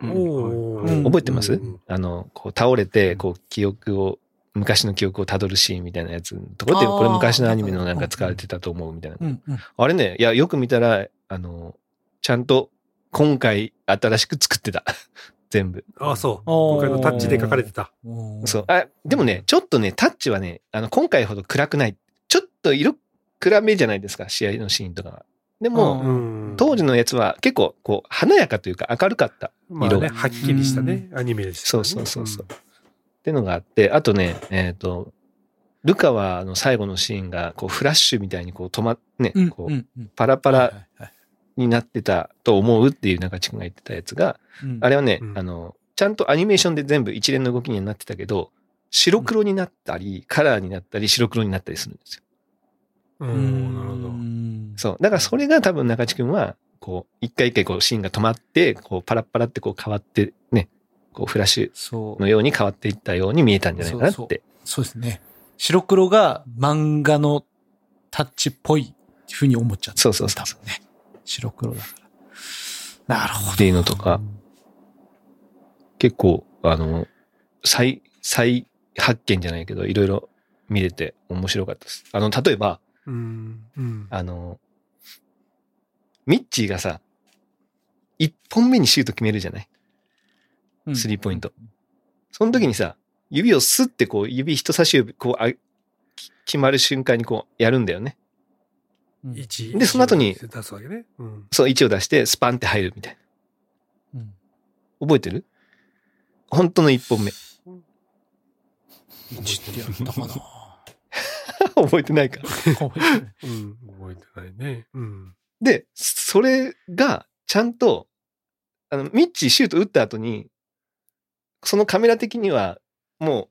お
うん
ー
覚えてます、
うん
あの、こう倒れて、こう記憶を、昔の記憶をたどるシーンみたいなやつのところで、
あー
これ昔のアニメのなんか使われてたと思うみたいな。
うんうん。
あれね、いや、よく見たら、あの、ちゃんと今回新しく作ってた。 全部。
あ、そう。
おー
今回のタッチで書かれてた。
おー
そう。。あ、でもね、ちょっとね、タッチはね、あの、今回ほど暗くない。ちょっと色暗めじゃないですか、試合のシーンとかは。で
う
も、
ん
当時のやつは結構、こう、華やかというか明るかった。っ
まあね、
色
はっきりしたね、アニメでした、ね。
そうそうそうてのがあって、あとね、えっ、と、ルカワの最後のシーンが、こう、フラッシュみたいにこう、止まっ、ね
うん、
こ
う
う、
んうん。
パラパ
は
ラ
いはいはい
になってたと思うっていう中地君が言ってたやつが、
うん
あれはね、
うん
あの、ちゃんとアニメーションで全部一連の動きにはなってたけど、白黒になったり、カラーになったり、白黒になったりするんですよ
う。う、
うん
なるほど。
ん
そう。だからそれが多分中地君は、こう、一回一回こうシーンが止まって、こうパラッパラってこう変わって、ね、こうフラッシ
そ
ュ
う
の。ように変わっていったように見えたんじゃないかなって。
そうそうですね。白黒が漫画のタッチっぽいふうに思っちゃった。
そうそうそう
多分ね。白黒だから。なるほど。
っていうのとか、結構、あの、再、再発見じゃないけど、いろいろ見れて面白かったです。あの、例えば、
うん。うん。
あの、ミッチーがさ、一本目にシュート決めるじゃない
うん
スリーポイント。その時にさ、指をスッてこう、指、人差し指、こう、あき決まる瞬間にこう、やるんだよね。
うん
一
でその後に
一を出すわけね。うん。
そう、位置を出して、スパンって入るみたいな。
うん
覚えてる本当の一本目。
一ってやったかな
覚えてないか。
うん。覚えてないね。うん。
で、それが、ちゃんと、あの、ミッチーシュート打った後に、そのカメラ的には、も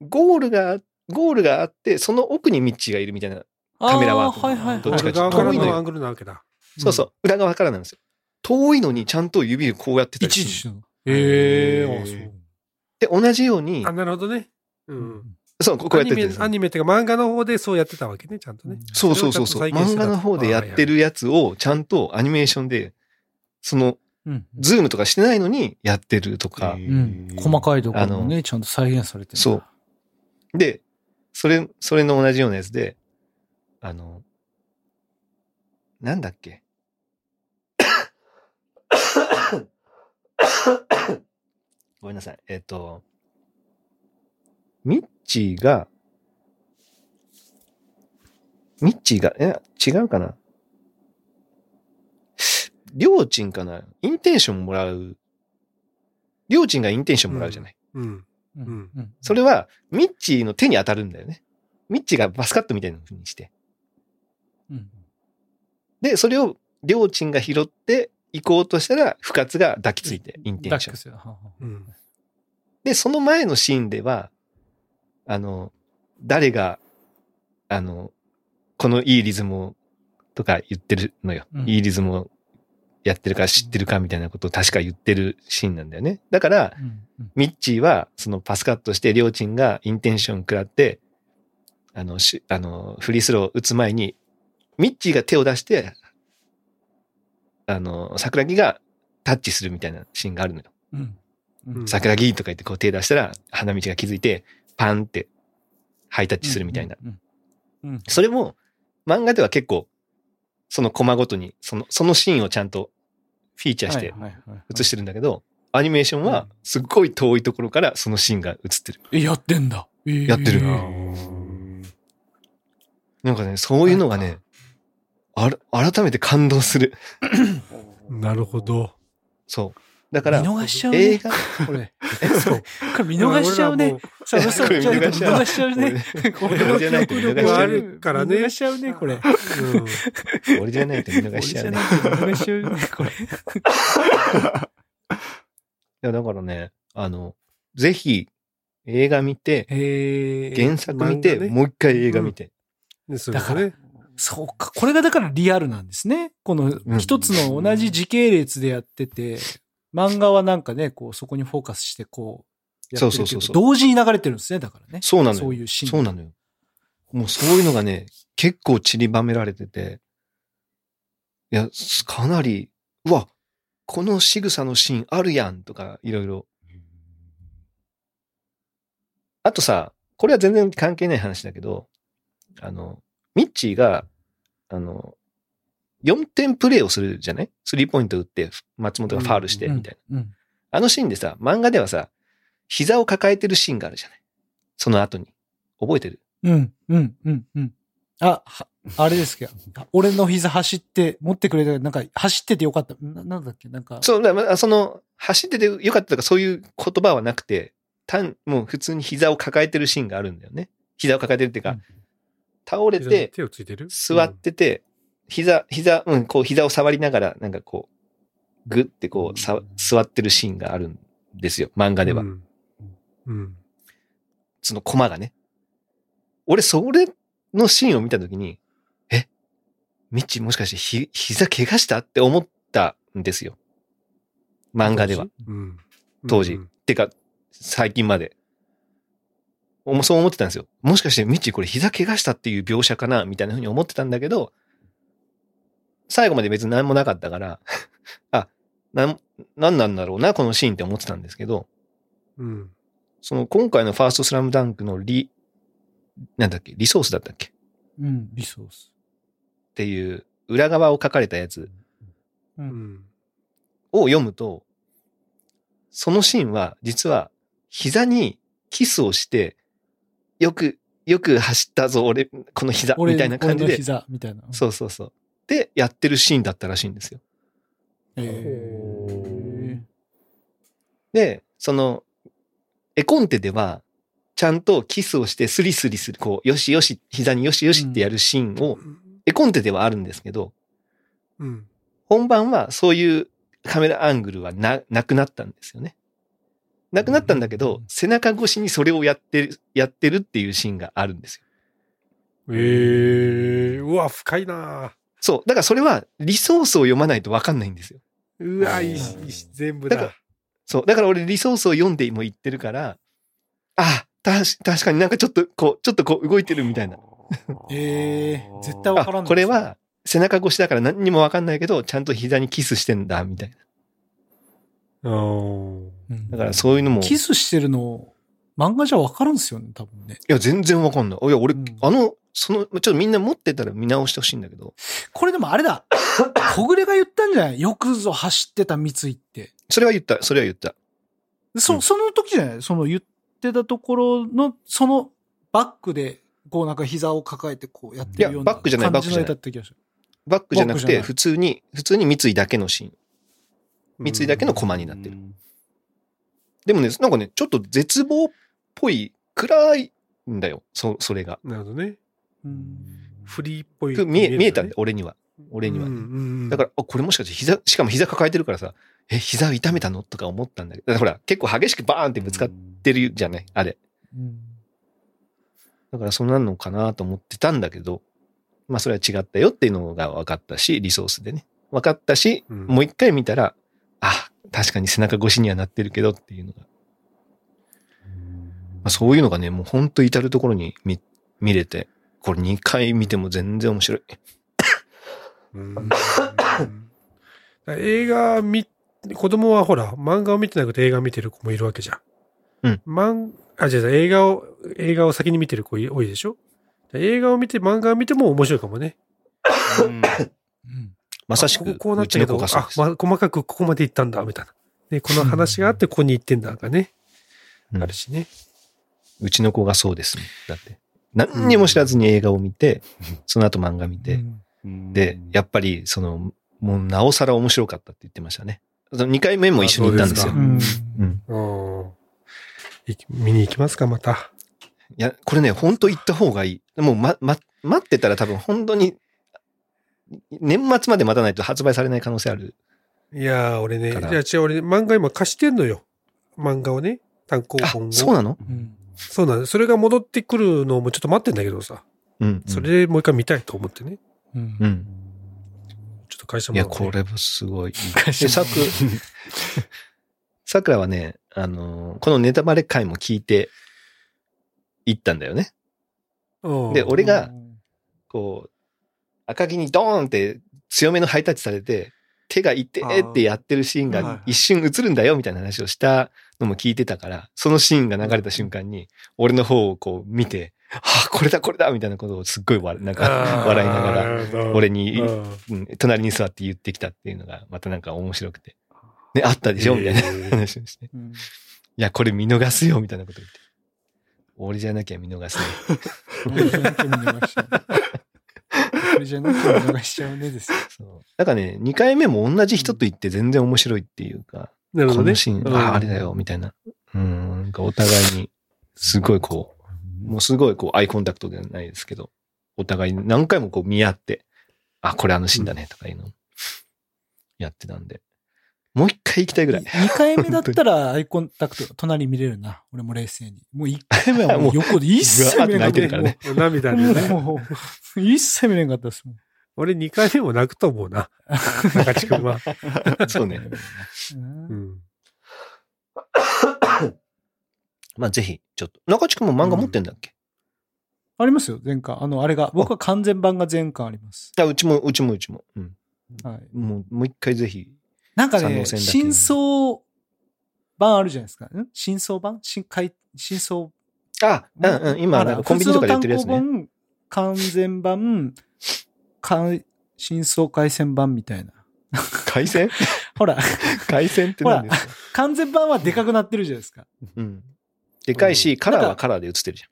う、ゴールが、ゴールがあって、その奥にミッチーがいるみたいな。カメラワーク
あはいはいはい。
どっちか
俺
ちょ
側
っと
から
遠いの
の
よ
アングルなわけだ。
そうそう、裏側からなんですよ。遠いのにちゃんと指をこうやってたり
一
す
時
る
しの。ええ、あ、
へ
そう
え。
で、同じように
あ、、なるほどね。う。
うん
そう、こう
ア
やって
ニ
やってるん
メ
です、
アニメっていうか漫画の方でそうやってたわけね、ちゃんとね。
そうそうそうそう。
それをちゃんと再現し
漫
てた
画の方でやってるやつをちゃんとアニメーションで、その、
うん。
ズームとかしてないのにやってるとか
え、
う
ー
ん。細かいところもね、ちゃんと再現されてる。
そう。で、それ、それの同じようなやつで、あの、なんだっけ。ごめんなさい。えっ、と、ミッチーが、ミッチーが、え、違うかな。りょうちんかな。インテンションもらう。りょうちんがインテンションもらうじゃない。
うん。
うんうん
それは、ミッチーの手に当たるんだよね。ミッチーがバスカットみたいな風にして。
うん
で、それをりょうちんが拾って行こうとしたら、不活が抱きついて、インテ
ダ
ンシ
ッ
ョン
ク。スよ。はあはあ
うん。
で、その前のシーンでは、あの、誰が、あの、このいいリズムをとか言ってるのよ。
うん
いいリズムをやってるか知ってるかみたいなことを確か言ってるシーンなんだよね。だから、
うんうん
ミッチーは、そのパスカットして、りょうちんがインテンション食らって、あの、しあのフリースローを打つ前に、ミッチーが手を出して、あの、桜木がタッチするみたいなシーンがあるのよ。
うんうん
うん
桜木とか言ってこう手出したら、花道が気づいて、パンってハイタッチするみたいな。。
うんうんうん
それも、漫画では結構、そのコマごとに、その、そのシーンをちゃんとフィーチャーして
はいはいはい
映してるんだけど、アニメーションはすっごい遠いところからそのシーンが映ってる。
えやってんだ。えー
やってるななんかね、そういうのがね、あら、改めて感動する。
なるほど。
そう。だから
見、逃しちゃう
映
ね。
画、
これ。
そう。
これ見逃しちゃうね。。そうそうそう。
これ見
ちょっと
逃
見
しちゃう
逃しちゃうね。これ
俺じゃないと見
俺
逃し
も
ちゃ
あ
う。
るからね。
見逃しちゃうね、これ。
うん
俺じゃないと見逃しちゃうね。
俺じゃないと見逃しちゃうね、これ。
いや、だからね、あの、ぜひ、映画見て、
えー
原作見て、
漫画ね
もう一回映画見て。
ねそうですね。
そうか。これがだからリアルなんですね。こ
うん
の一つの同じ時系列でやってて、漫画はなんかね、こう、そこにフォーカスして、こう、やってるけ
そ
ど
うそうそうそう
同時に流れてるんですね、だからね。
そうなのよ。
そういうシーン。
そうなのよ。もうそういうのがね、結構散りばめられてて、いや、すかなり、うわ、この仕草のシーンあるやんとか、いろいろ。あとさ、これは全然関係ない話だけど、あの、ミッチーが、あの、4点プレーをするじゃないスリーポイント打って、松本がファールして、みたいな。
うん。うん。
あのシーンでさ、漫画ではさ、膝を抱えてるシーンがあるじゃない。その後に。覚えてる
うん。うん。うん。うん。あ、はあれですけど、俺の膝走って、持ってくれたなんか、走っててよかった。な、なんだっけなんか。
そう、だまあその、走っててよかったとかそういう言葉はなくて、単、もう普通に膝を抱えてるシーンがあるんだよね。膝を抱えてるっていうか、
うん
倒れて、
手をついてる
座っ。てて、膝、膝、うん、こう膝を触りながら、なんかこう、ぐってこう、さ座ってるシーンがあるんですよ。漫画では。
うん。うん。
そのコマがね。俺、それのシーンを見たときに、えミッチーもしかしてひ、膝怪我したって思ったんですよ。漫画では。っ
うん。
当時
うん
てか、最近まで。おもそう思ってたんですよ。もしかしてミッチーこれ膝怪我したっていう描写かなみたいな風に思ってたんだけど、最後まで別に何もなかったから、 あ、なん、なんなんだろうな、このシーンって思ってたんですけど、
うん。
その今回のファーストスラムダンクのリ、なんだっけ、リソースだったっけっ
うん。リソース。
ていう裏側を書かれたやつ
う。
うんん。
を読むと、そのシーンは実は膝にキスをして、よく、よく走ったぞ、俺、この膝、
俺
みたいな感じ
俺
で、
の膝、みたいな。う
そうそうそう。で、やってるシーンだったらしいんですよ。
ん。えー
ほ
で、その、絵コンテでは、ちゃんとキスをしてスリスリする、こう、よしよし、膝によしよしってやるシーンを、絵コンテではあるんですけど、
うん。
本番はそういうカメラアングルはな、なくなったんですよね。なくなったんだけど、
うん
背中越しにそれをやってる、やってるっていうシーンがあるんですよ。
えー、うわ、深いな
そう。だからそれはリソースを読まないとわかんないんですよ。
うわ、いいし、いいし全部だ。
だからそう。だから俺リソースを読んでも言ってるから、あ、たし確かになんかちょっとこう、ちょっとこう動いてるみたいな。。
えー絶対わ
あ、
からんです
これは背中越しだから何にもわかんないけど、ちゃんと膝にキスしてんだ、みたいな。
あー
うん
だからそういうのも、
キ
い
スしてるの、漫画じゃわからんすよね、多分ね。
や、全然わかんない。いや、俺、
うん
あの、その、ちょっとみんな持ってたら見直してほしいんだけど、
これでもあれだ小暮が言ったんじゃないよくぞ走ってた三井って。
それは言った、それは言った。
そ、
うん
その時じゃないその言ってたところの、そのバックでこうなんか膝を抱えてこうやって
いや
るような
バックじゃない
感じの
バックじゃ
絵
ない
だった気がする。
バックじゃなく
バックじゃな
て、
い
普通に、普通に三井だけのシーン。三井だけのコマになってる。でもね、なんかね、ちょっと絶望っぽい、暗いんだよ。そ、それが。
なるほどね。
うん
フリーっぽい。
見え、見えたん
ね
だよ、俺には。俺には。だ
だ、
からら、あこれもしかして膝、しかも膝抱えてるからさ、え、膝を痛めたのとか思ったんだけど、だからほら、結構激しくバーンってぶつかってるじゃない、あれ。だからそうなんのかなと思ってたんだけど、まあそれは違ったよっていうのが分かったし、リソースでね。分かったし、
うん
もう一回見たら、あ、確かに背中越しにはなってるけどっていうのが。まあ、そういうのがね、もうほんと至るところに見見れて、これ2回見ても全然面白い。
うんだから映画見、子供はほら、漫画を見てなくて映画見てる子もいるわけじゃん。
うん。
漫あ、違う違う、映画を、映画を先に見てる子い多いでしょ映画を見て、漫画を見ても面白いかもね。
うん
まさしく、
あこここうなっ
う
た
ち
け
の
ど
子、がそう
あ
で、す。
ま、細かくここまで行ったんだ、みたいな。で、この話があって、ここに行ってんだがね。
うん
あるしね。
うちの子がそうですもん。だって。何にも知らずに映画を見て、その後漫画見て、で、やっぱり、その、もうなおさら面白かったって言ってましたね。2回目も一緒に行ったんですよ。
あ
う
そ
うん
ん。
うん。い見に行きますか、また。
いや、これね、本当行った方がいい。もう、ま、ま、待ってたら多分本当に、年末まで待たないと発売されない可能性ある。
いやー、俺ね、い
から
や違う、俺、ね、漫画今貸してんのよ。漫画をね、単行
あ
本を。、
そうなの
うん
そうなんです。それが戻ってくるのもちょっと待ってんだけどさ、
うん。
それでもう一回見たいと思ってね、
うん
うん。
ちょっと会社
い
も、
や、これもすごい。
昔
で、さく、 さくらはね、あのーこのネタバレ回も聞いて、行ったんだよね。
うん、
で俺がこう、赤木にドーンって強めのハイタッチされて、手が痛えってやってるシーン
あーはい
が
はい
一瞬映るんだよみたいな話をしたのも聞いてたから、そのシーンが流れた瞬間に、俺の方をこう見て、はあ、これだこれだみたいなことをすっごい笑なんか笑いながら、
ら
俺
に
に、うん隣に座って言ってきたっていうのが、またなんか面白くて。ね、あったでしょみたいな話をして。い
うん
や、これ見逃すよみたいなこと言って。俺じゃなきゃ見逃すね。
俺じゃなきゃ見逃しちゃう。俺じゃなきゃ見逃しちゃうねですよ。
そう。だからね、2回目も同じ人と言って全然面白いっていうか、
なるほ
こ
どね
のシーン、
うん
ああ、あれだよ、みたいな。うん、なんかお互いに、すごいこう、もうすごいこう、アイコンタクトじゃないですけど、お互いに何回もこう見合って、あ、これあのシーンだね、とかいうの、やってたんで。もう一回行きたいぐらい。
2回目だったらアイコンタクト隣見れるな。俺も冷静 に。もう1回目はもう横で一切見れなかった。
ね
もう涙でね
もうもう一切見れなかったですもん。
俺2回目も泣くと思う な中地君は、
そうね。
うん
うん、
まあぜひ、ちょっと。中地君も漫画持ってんだっけ、
ありますよ、全巻。あの、あれが。僕は完全版が全巻あります。
あうちも、うちも、うちも。うん。
はい。
もう、もう一回ぜひ。
なんか
三
ね、
能線だけ
真相版あるじゃないですか。ん真相版新回、真相
あ、うんうん、今、なんかコンビニとかで売ってるやつね。
普通の単行本、完全版、か真相回線版みたいな。
海 鮮
ほら、
海鮮って何ですか
完全版はでかくなってるじゃないですか。
うん。でかいし、カラー
な
は
んか
カラーで映ってるじ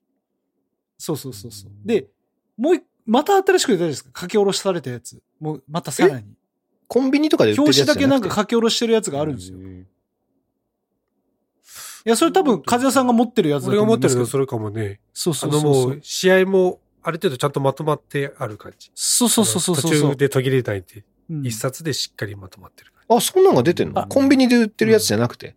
そうそうそうそう。で、もう一、また新しく出たじゃないですか。書き下ろしされたやつ。もう、またさらに。
ゃん。コンビニとかで売ってるや
表
つじゃ
紙
な
だ
くて。
けなんか書き下ろしてるやつがあるんですよ。い
よ。
や、それ多分、風谷さんが持ってるやつだ
俺
と
が
思
持
い
っ
ま
てる
すけ
の
ど。
それかもね
そうそ
あ
うそ
の
うそ
も
う
う。試合もある程度ちゃんとまとまってある感じ
そうそうそうそうそう。
あの途中で途切れないって
うん
一冊でしっかりまとまってる感
あ、そんなのが出てんの
あ
コンビニで売ってるやつじゃなくて。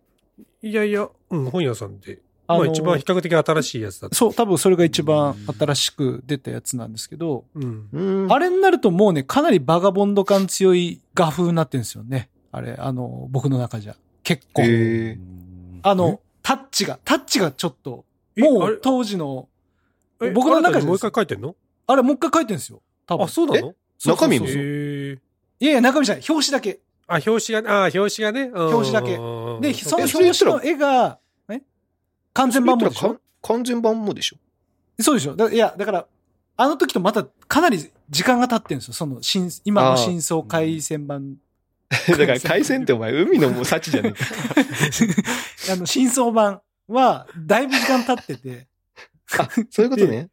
じいやいや、うん、本屋さんで
あの
まあ一番比較的新しいやつだった。
そう、多分それが一番新しく出たやつなんですけど、
うん。
うん。
あ
れ
れになるともうね、かなりバガボンド感強い画風になってるんですよね。あれ、あの、僕の中じゃ。結構。
へえ。
あの、タッチが、タッチがちょっと、
え
も
あれ
う当時の、
え
僕の中
新た
で
にもう一回書いてんの
あれもう一回書いてるんですよ。多分。
あ、そうなの
そうそうそう
中身も
へ
う
ー
いやいや、中身じゃない。表紙だけ。
あ、表紙がね、あ、表紙がね。うん
表紙だけ
うん
で、そ
え
の表
それ言ったら
紙の絵が、え完全版もでしょ
完全版もでしょ。
そうでしょだいや、だから、あの時とまたかなり時間が経ってるんですよ。その、新今の真相回線版。
だから海鮮ってお前、海のもう幸じゃね えか。
あの、真相版は、だいぶ時間経ってて、
あ、そういうことね。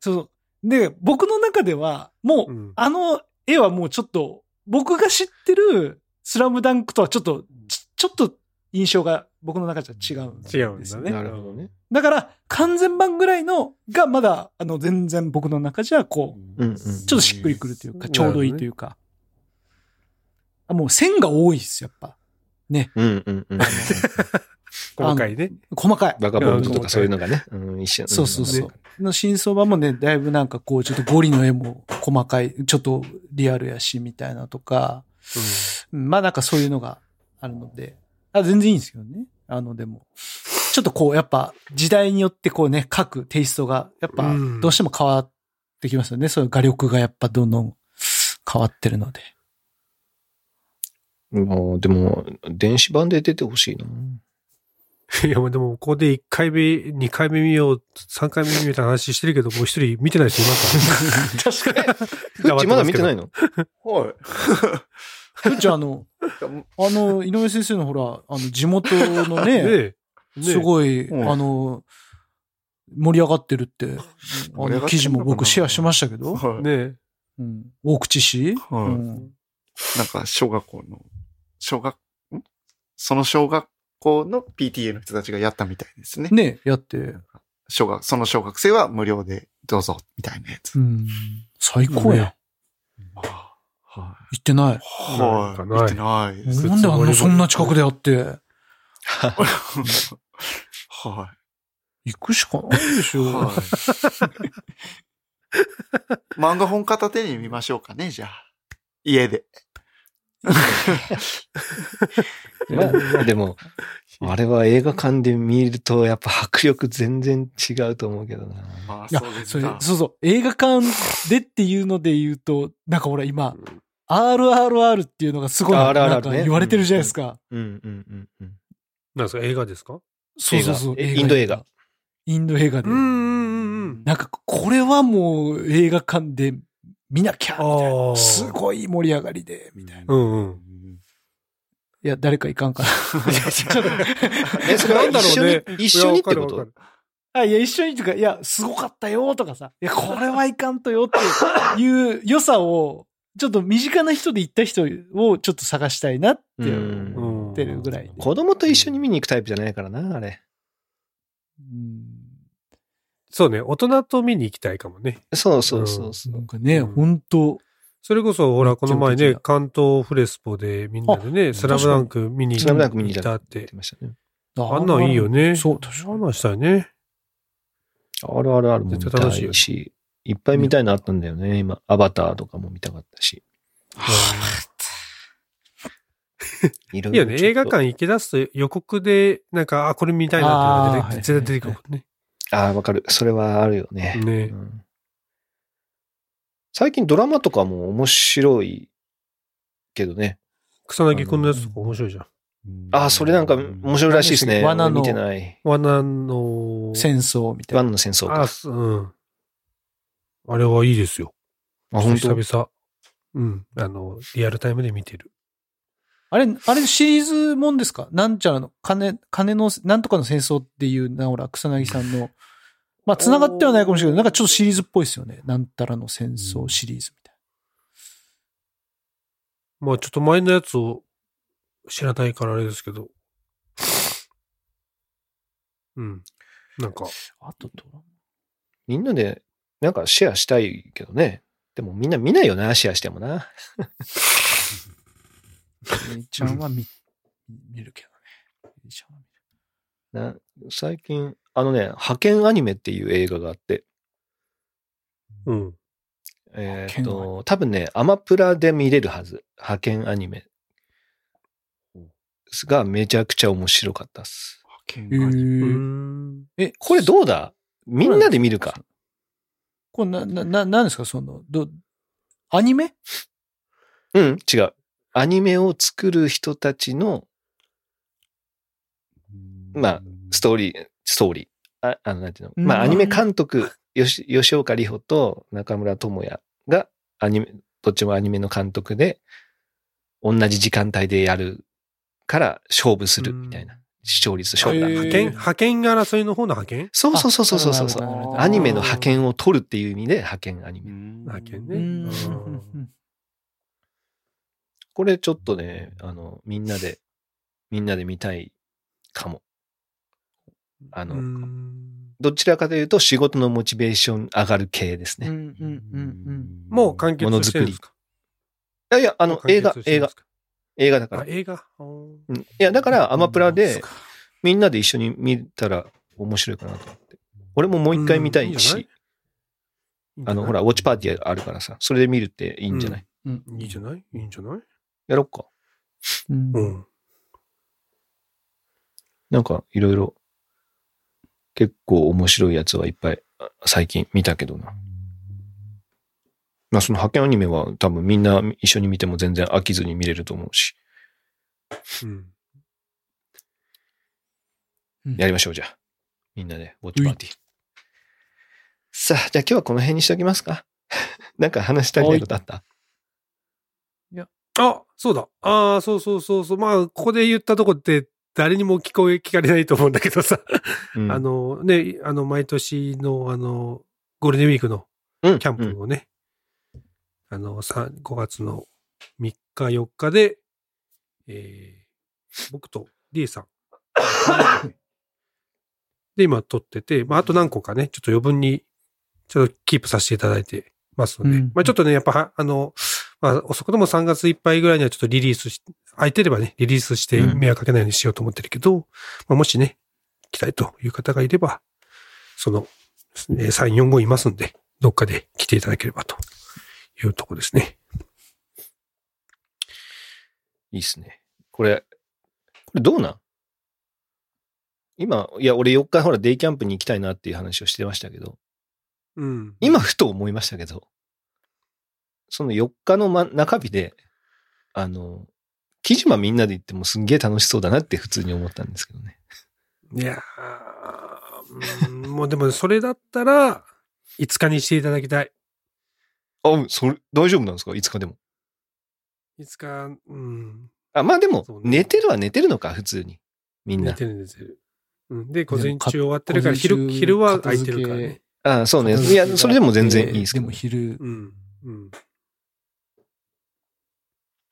そう。で、僕の中では、もう、
うん
あの絵はもうちょっと、僕が知ってるスラムダンクとはちょっと、ちちょっと印象が僕の中じゃ違うんです
違
よ
うんだね。
なるほどね。
だから、完全版ぐらいのがまだ、あの、全然僕の中じゃ、こう、
うんうん。
ちょっとしっくりくるというか、
うん
ちょうどいいというか。あもう線が多いです、やっぱ。
うんうん うん。
細かいね。
細かい。
バカボンドとかそういうの がね。うん、一緒
そうそうそ
ん
う。の真相版もね、だいぶなんかこう、ちょっとゴリの絵も細かい、ちょっとリアルやし、みたいなとか、うんまあなんかそういうのがあるので、あ全然いいんですけどね。あの、でも、ちょっとこう、やっぱ時代によってこうね、書くテイストが、やっぱ
うん
どうしても変わってきますよね。そういう画力がやっぱどんどん 変わってるので。
うんでも、電子版で出てほしいな。
いや、でも、ここで1回目、2回目見よう、3回目見ようみたいな話してるけど、もう一人見てない人いますか
確かに。
フッチまだ見てないの
はい。
ふーちゃん、あの、あの、井上先生のほら、あの、地元の
らね
ね、
え
すごい、
うん
あの、盛り上がってるって、あの、記事も僕シェアしましたけど、
はい。
ねえ。
うん、大口
は
市、
い
うん
なんか、小学校の、小学、んその小学校の PTA の人たちがやったみたいですね。
ね、やって、
小学、その小学生は無料でどうぞ、みたいなやつ。
うん、最高やん。
は
行ってない。
い。
なん
は
か
い。
ない
見てないです。
なんであの、そんな近くでやって、
は
行くしかないで し
い。
ょ。
はい。漫画本片手に見ましょうかね、じゃあ。家で。
まあ、で も、あれは映画館で見ると、やっぱ迫力全然違うと思うけどな。
まあ、
いや
そうで、
そ
す
れ、
か。
そうそう、映画館でっていうので言うと、なんかほら今、RRR っていうのがすごい、
RRR ね
なんか言われてるじゃないですか。
うんうんうんうん。
なんですか映画ですか
そうそうそう。
映画インド映画。
インド映画で。
ん
なんか、これはもう映画館で見なきゃみたいな
ああ。
すごい盛り上がりで、みたいな。
うんうん。
いや、誰かいかんかな。ちょっと
え、それは一緒に、一緒にってこ
いやわ
と
かるわか
あ、いや、一緒にとか、いや、すごかったよとかさ、いや、これはいかんとよっていう良さを、ちょっと身近な人で行った人をちょっと探したいなって
うん
る
思ってるぐらいで。
子供と一緒に見に行くタイプじゃないからな、あれ。
うん
そうね。大人と見に行きたいかもね。
そうそうそうそ
なん
う。
かね、
うん
ほんと、
それこそ、ほら、この前
めっち
ね
ゃ、
関東フレスポでみんなでね、スラムダンク見に
スラムダンク見に
行
行
っ
った
たっ
言ってて。ましたね。
あんなんいいよね。
そう、確か
あん
に。
なんしたいね。
あるあるあるも見
絶
た
対楽しいよ
いし、いっぱい見たいのあったんだよね、今。アバターとかも見たかったし。いろ
いいよ
ちょ
ね。
っと
映画館行き出すと予告で、なんか、あ、これ見たいなってのが
あー
出て絶対出てくるもんね。
ああ、わかる。それはあるよね。
ね
うん最近ドラマとかも面白いけどね。
草薙くんのやつとか面白いじゃん。
ああ、それなんか面白いらしいですね。
罠
俺
の
見てない。
罠の、
戦争みたい
ワ
な。
ンの戦争
あ、
か。
すうん。あれはいいですよ。
あ、本当。
久々。うん。あの、リアルタイムで見てる。
あれ、あれシリーズもんですかなんちゃらの、金、金の、なんとかの戦争っていうな、ほら、草薙さんの、まあ、繋がってはないかもしれないけど、なんかちょっとシリーズっぽいですよね。なんたらの戦争シリーズみたい
まあ、ちょっと前のやつを知らないからあれですけ ど。うん。なんか、
な。あとドラマ
みんなで、なんかシェアしたいけどね。でもみんな見ないよな、シェアしてもな。
ゆりちゃんは見、見るけどね。ゆりちゃんは見る。
な最近、あのね、派遣アニメっていう映画があって、
うん。
えーっ
派遣アニ
と、多分ね、アマプラで見れるはず。派遣アニメ。がめちゃくちゃ面白かったっす。
う
へー
ん。
え、
これどうだみんなで見るか。
これな、な、な、なんですかその、ど、アニメ
うん、違う。アニメを作る人たちのまあ、ストーリー、ストーリー。ああの、なんていうの。まあ、
うん
アニメ監督、よし吉岡里帆と中村智也が、アニメ、どっちもアニメの監督で、同じ時間帯でやるから勝負するみたいな。視聴率、勝負だ
へー
派
派
遣。
遣、派遣争いの方の派遣
そうそうそうそうそうそう
あなるほどなるほど
アニメの派遣を取るっていう意味で派遣アニメ。
派遣
う
ね。
ん
これちょっとね、あの、みんなで、みんなで見たいかも。あ
う
の、
ん
どちらかというと仕事のモチベーション上がる系です
うんう
ね。
んうん
もう完結してるんですか
いやいや、あの、映画、映画、。映画だから
あ、。映画。
うんいや、だからアマプラ
そっ
で
か
みんなで一緒に見たら面白いかなと思って。俺ももう一回見たいし、あの、ほら、ウォッチパーティーあるからさ、それで見るっていいんじゃない、
うん
いいんじゃないいいんじゃない
やろっか。
うん
うん。
なんか、いろいろ、結構面白いやつはいっぱい、あ最近見たけどな。まあ、その派遣アニメは多分みんな一緒に見ても全然飽きずに見れると思うし、
うん。
やりましょう、じゃあ。みんなで、ウォッチパーティー。さあ、じゃあ今日はこの辺にしておきますか。 なんか話したりないことあった
あ、そうだ。ああ、そうそうそうそう。まあ、ここで言ったとこって、誰にも聞こえ、聞かれないと思うんだけどさ。
うん
あの、ね、あの、毎年の、あの、ゴールデンウィークの
うん
キャン
うん
プをね、あの、さ5月の3日、4日で、えー僕と D さん。で、今撮ってて、まあ、あと何個かね、ちょっと余分に、ちょっとキープさせていただいてますので、
うん
まあ、ちょっとね、やっぱは、あの、まあ、遅くとも3月いっぱいぐらいにはちょっとリリースし、空いてればね、リリースして
うん
迷惑かけないようにしようと思ってるけど、まあ、もしね、来たいという方がいれば、その、えー、3、4、5いますんで、どっかで来ていただければというとこですね。
いいっすね。これ、これどうなん今、いや、俺4日ほらデイキャンプに行きたいなっていう話をしてましたけど、
うん。
今ふと思いましたけど、その4日の、ま、中日で、あの、木島みんなで行ってもすんげえ楽しそうだなって普通に思ったんですけどね。
いやー うんもうでもそれだったら、5日にしていただきたい。
あ、それ、大丈夫なんですか ?5 日でも。
5日、うん。
あ、まあでも
そう、ね
寝てるは寝てるのか、普通に。みん
寝
な。
てる寝てる。うん、で、午
で
前
もか
中終わってるから、
午
昼、
前中
昼は空いてるから
片
ね
付。
あそうね。いや、それでも全然いいですけ
で
ど
も。昼
うん。うん。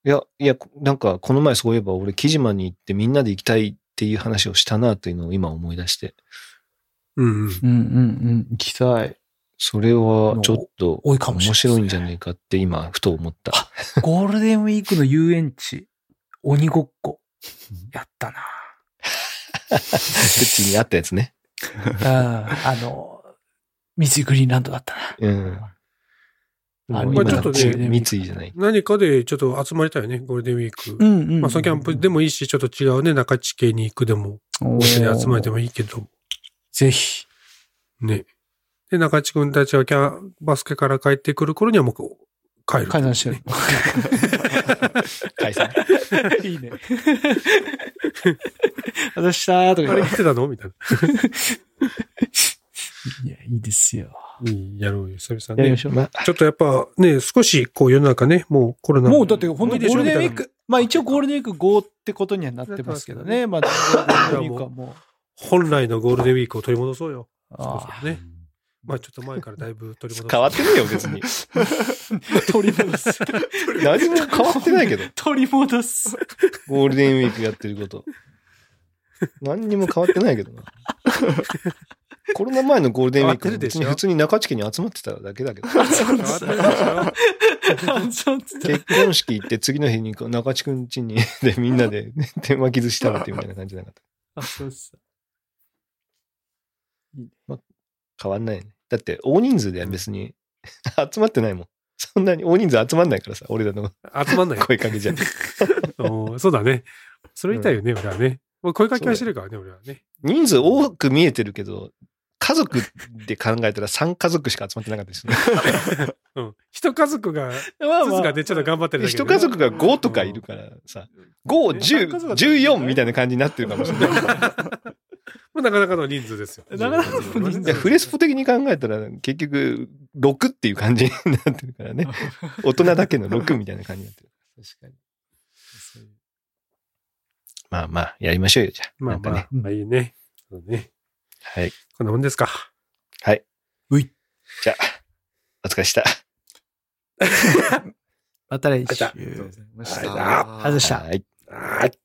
いや、いや、こなんか、この前そういえば、俺、木島に行ってみんなで行きたいっていう話をしたなというのを今思い出して、
うんうん。
うんうんうん行きたい
それはちょっと、
多いかもし
面
れないですね
白いんじゃないかって今、ふと思った。
ゴールデンウィークの遊園地鬼ごっこやったな
うちにあったやつね。
ああの、三井グリーンランドだった
うん。も
あ
う
まあ
今
ちょっとね
ち三井じゃない。
何かでちょっと集まりたいね、ゴールデンウィーク。
な。んう
まあ、そのキャンプでもいいし、ちょっと違うね、中地系に行くでも、
も
お店で集まれて
も。
もいいけど、
ぜひ。
ね。で、中地君たちがキャンバスケから帰ってくる頃にはもう帰る。
解散して
解散。
る。 いいね。私したーと
あ
か
れ
言っ
来てたのみたい
て。いや、いいですよ。
な。いいやろうよ、久 々
やりま
ね。
しょう。まあ、
ちょっとやっぱね、少しこう世の中ね、もうコロナ
もうだって本当
いい
に
でし
ゴー
ょ
ルデンウィー
みたい
ク、まあ一応ゴールデンウィーク5ってことにはなってますけどね。まあ、ゴールデンウィークはも
な本来のゴールデンウィークを取り戻そうよ。
う、
そう
あ
そうね。まあちょっと前からだいぶ取り戻す。
変わってねえよ、別に。
あ取り戻す。
何も変わってないけど。
取り 戻す。
ゴールデンウィークやってること。何にも変わってないけどな。コロナ前のゴールデンウィーク
変わってるでしょ
も普通に中地家に集まってただけだけど。
そう
変
で
わっ
す
てるでしょ
そうです
結婚式行って次の日にこう中地くん家にでみんなで手巻き寿司食べてみたいな感じなかった。
あ、そうっす。
変わんないよね。だって大人数では別に集まってないもん。そんなに大人数集まんないからさ、俺らの
集まんないよ。
声かけじゃ。
おーそうだね。それ言いたいよね、俺はね。もう声かけはしてるからね、俺はね。
人数多く見えてるけど、家族で考えたら3家族しか集まってなかったですね。
うん。一家族が、一
まあま
つ
あ
がね、ちょっと頑張ってるだけで
一
ね
家族が5とかいるからさ、5、10、14みたいな感じになってるかもしれない。
まあなかなかの人数ですよ。
なかなかの人数
いや、フレスポ的に考えたら、結局、6っていう感じになってるからね。大人だけの6みたいな感じになってる。
確かに。
まあまあ、やりましょうよ、じゃあ。
まあ
なんか
まあ
ね。、
まあいいね。そうね。
はい。
こんなもんですか。
じゃあ、お疲れした。
また来
ありがと
週
う。
ありがとうございまし
ありがとうございま
た。
外した。
はい。
はい。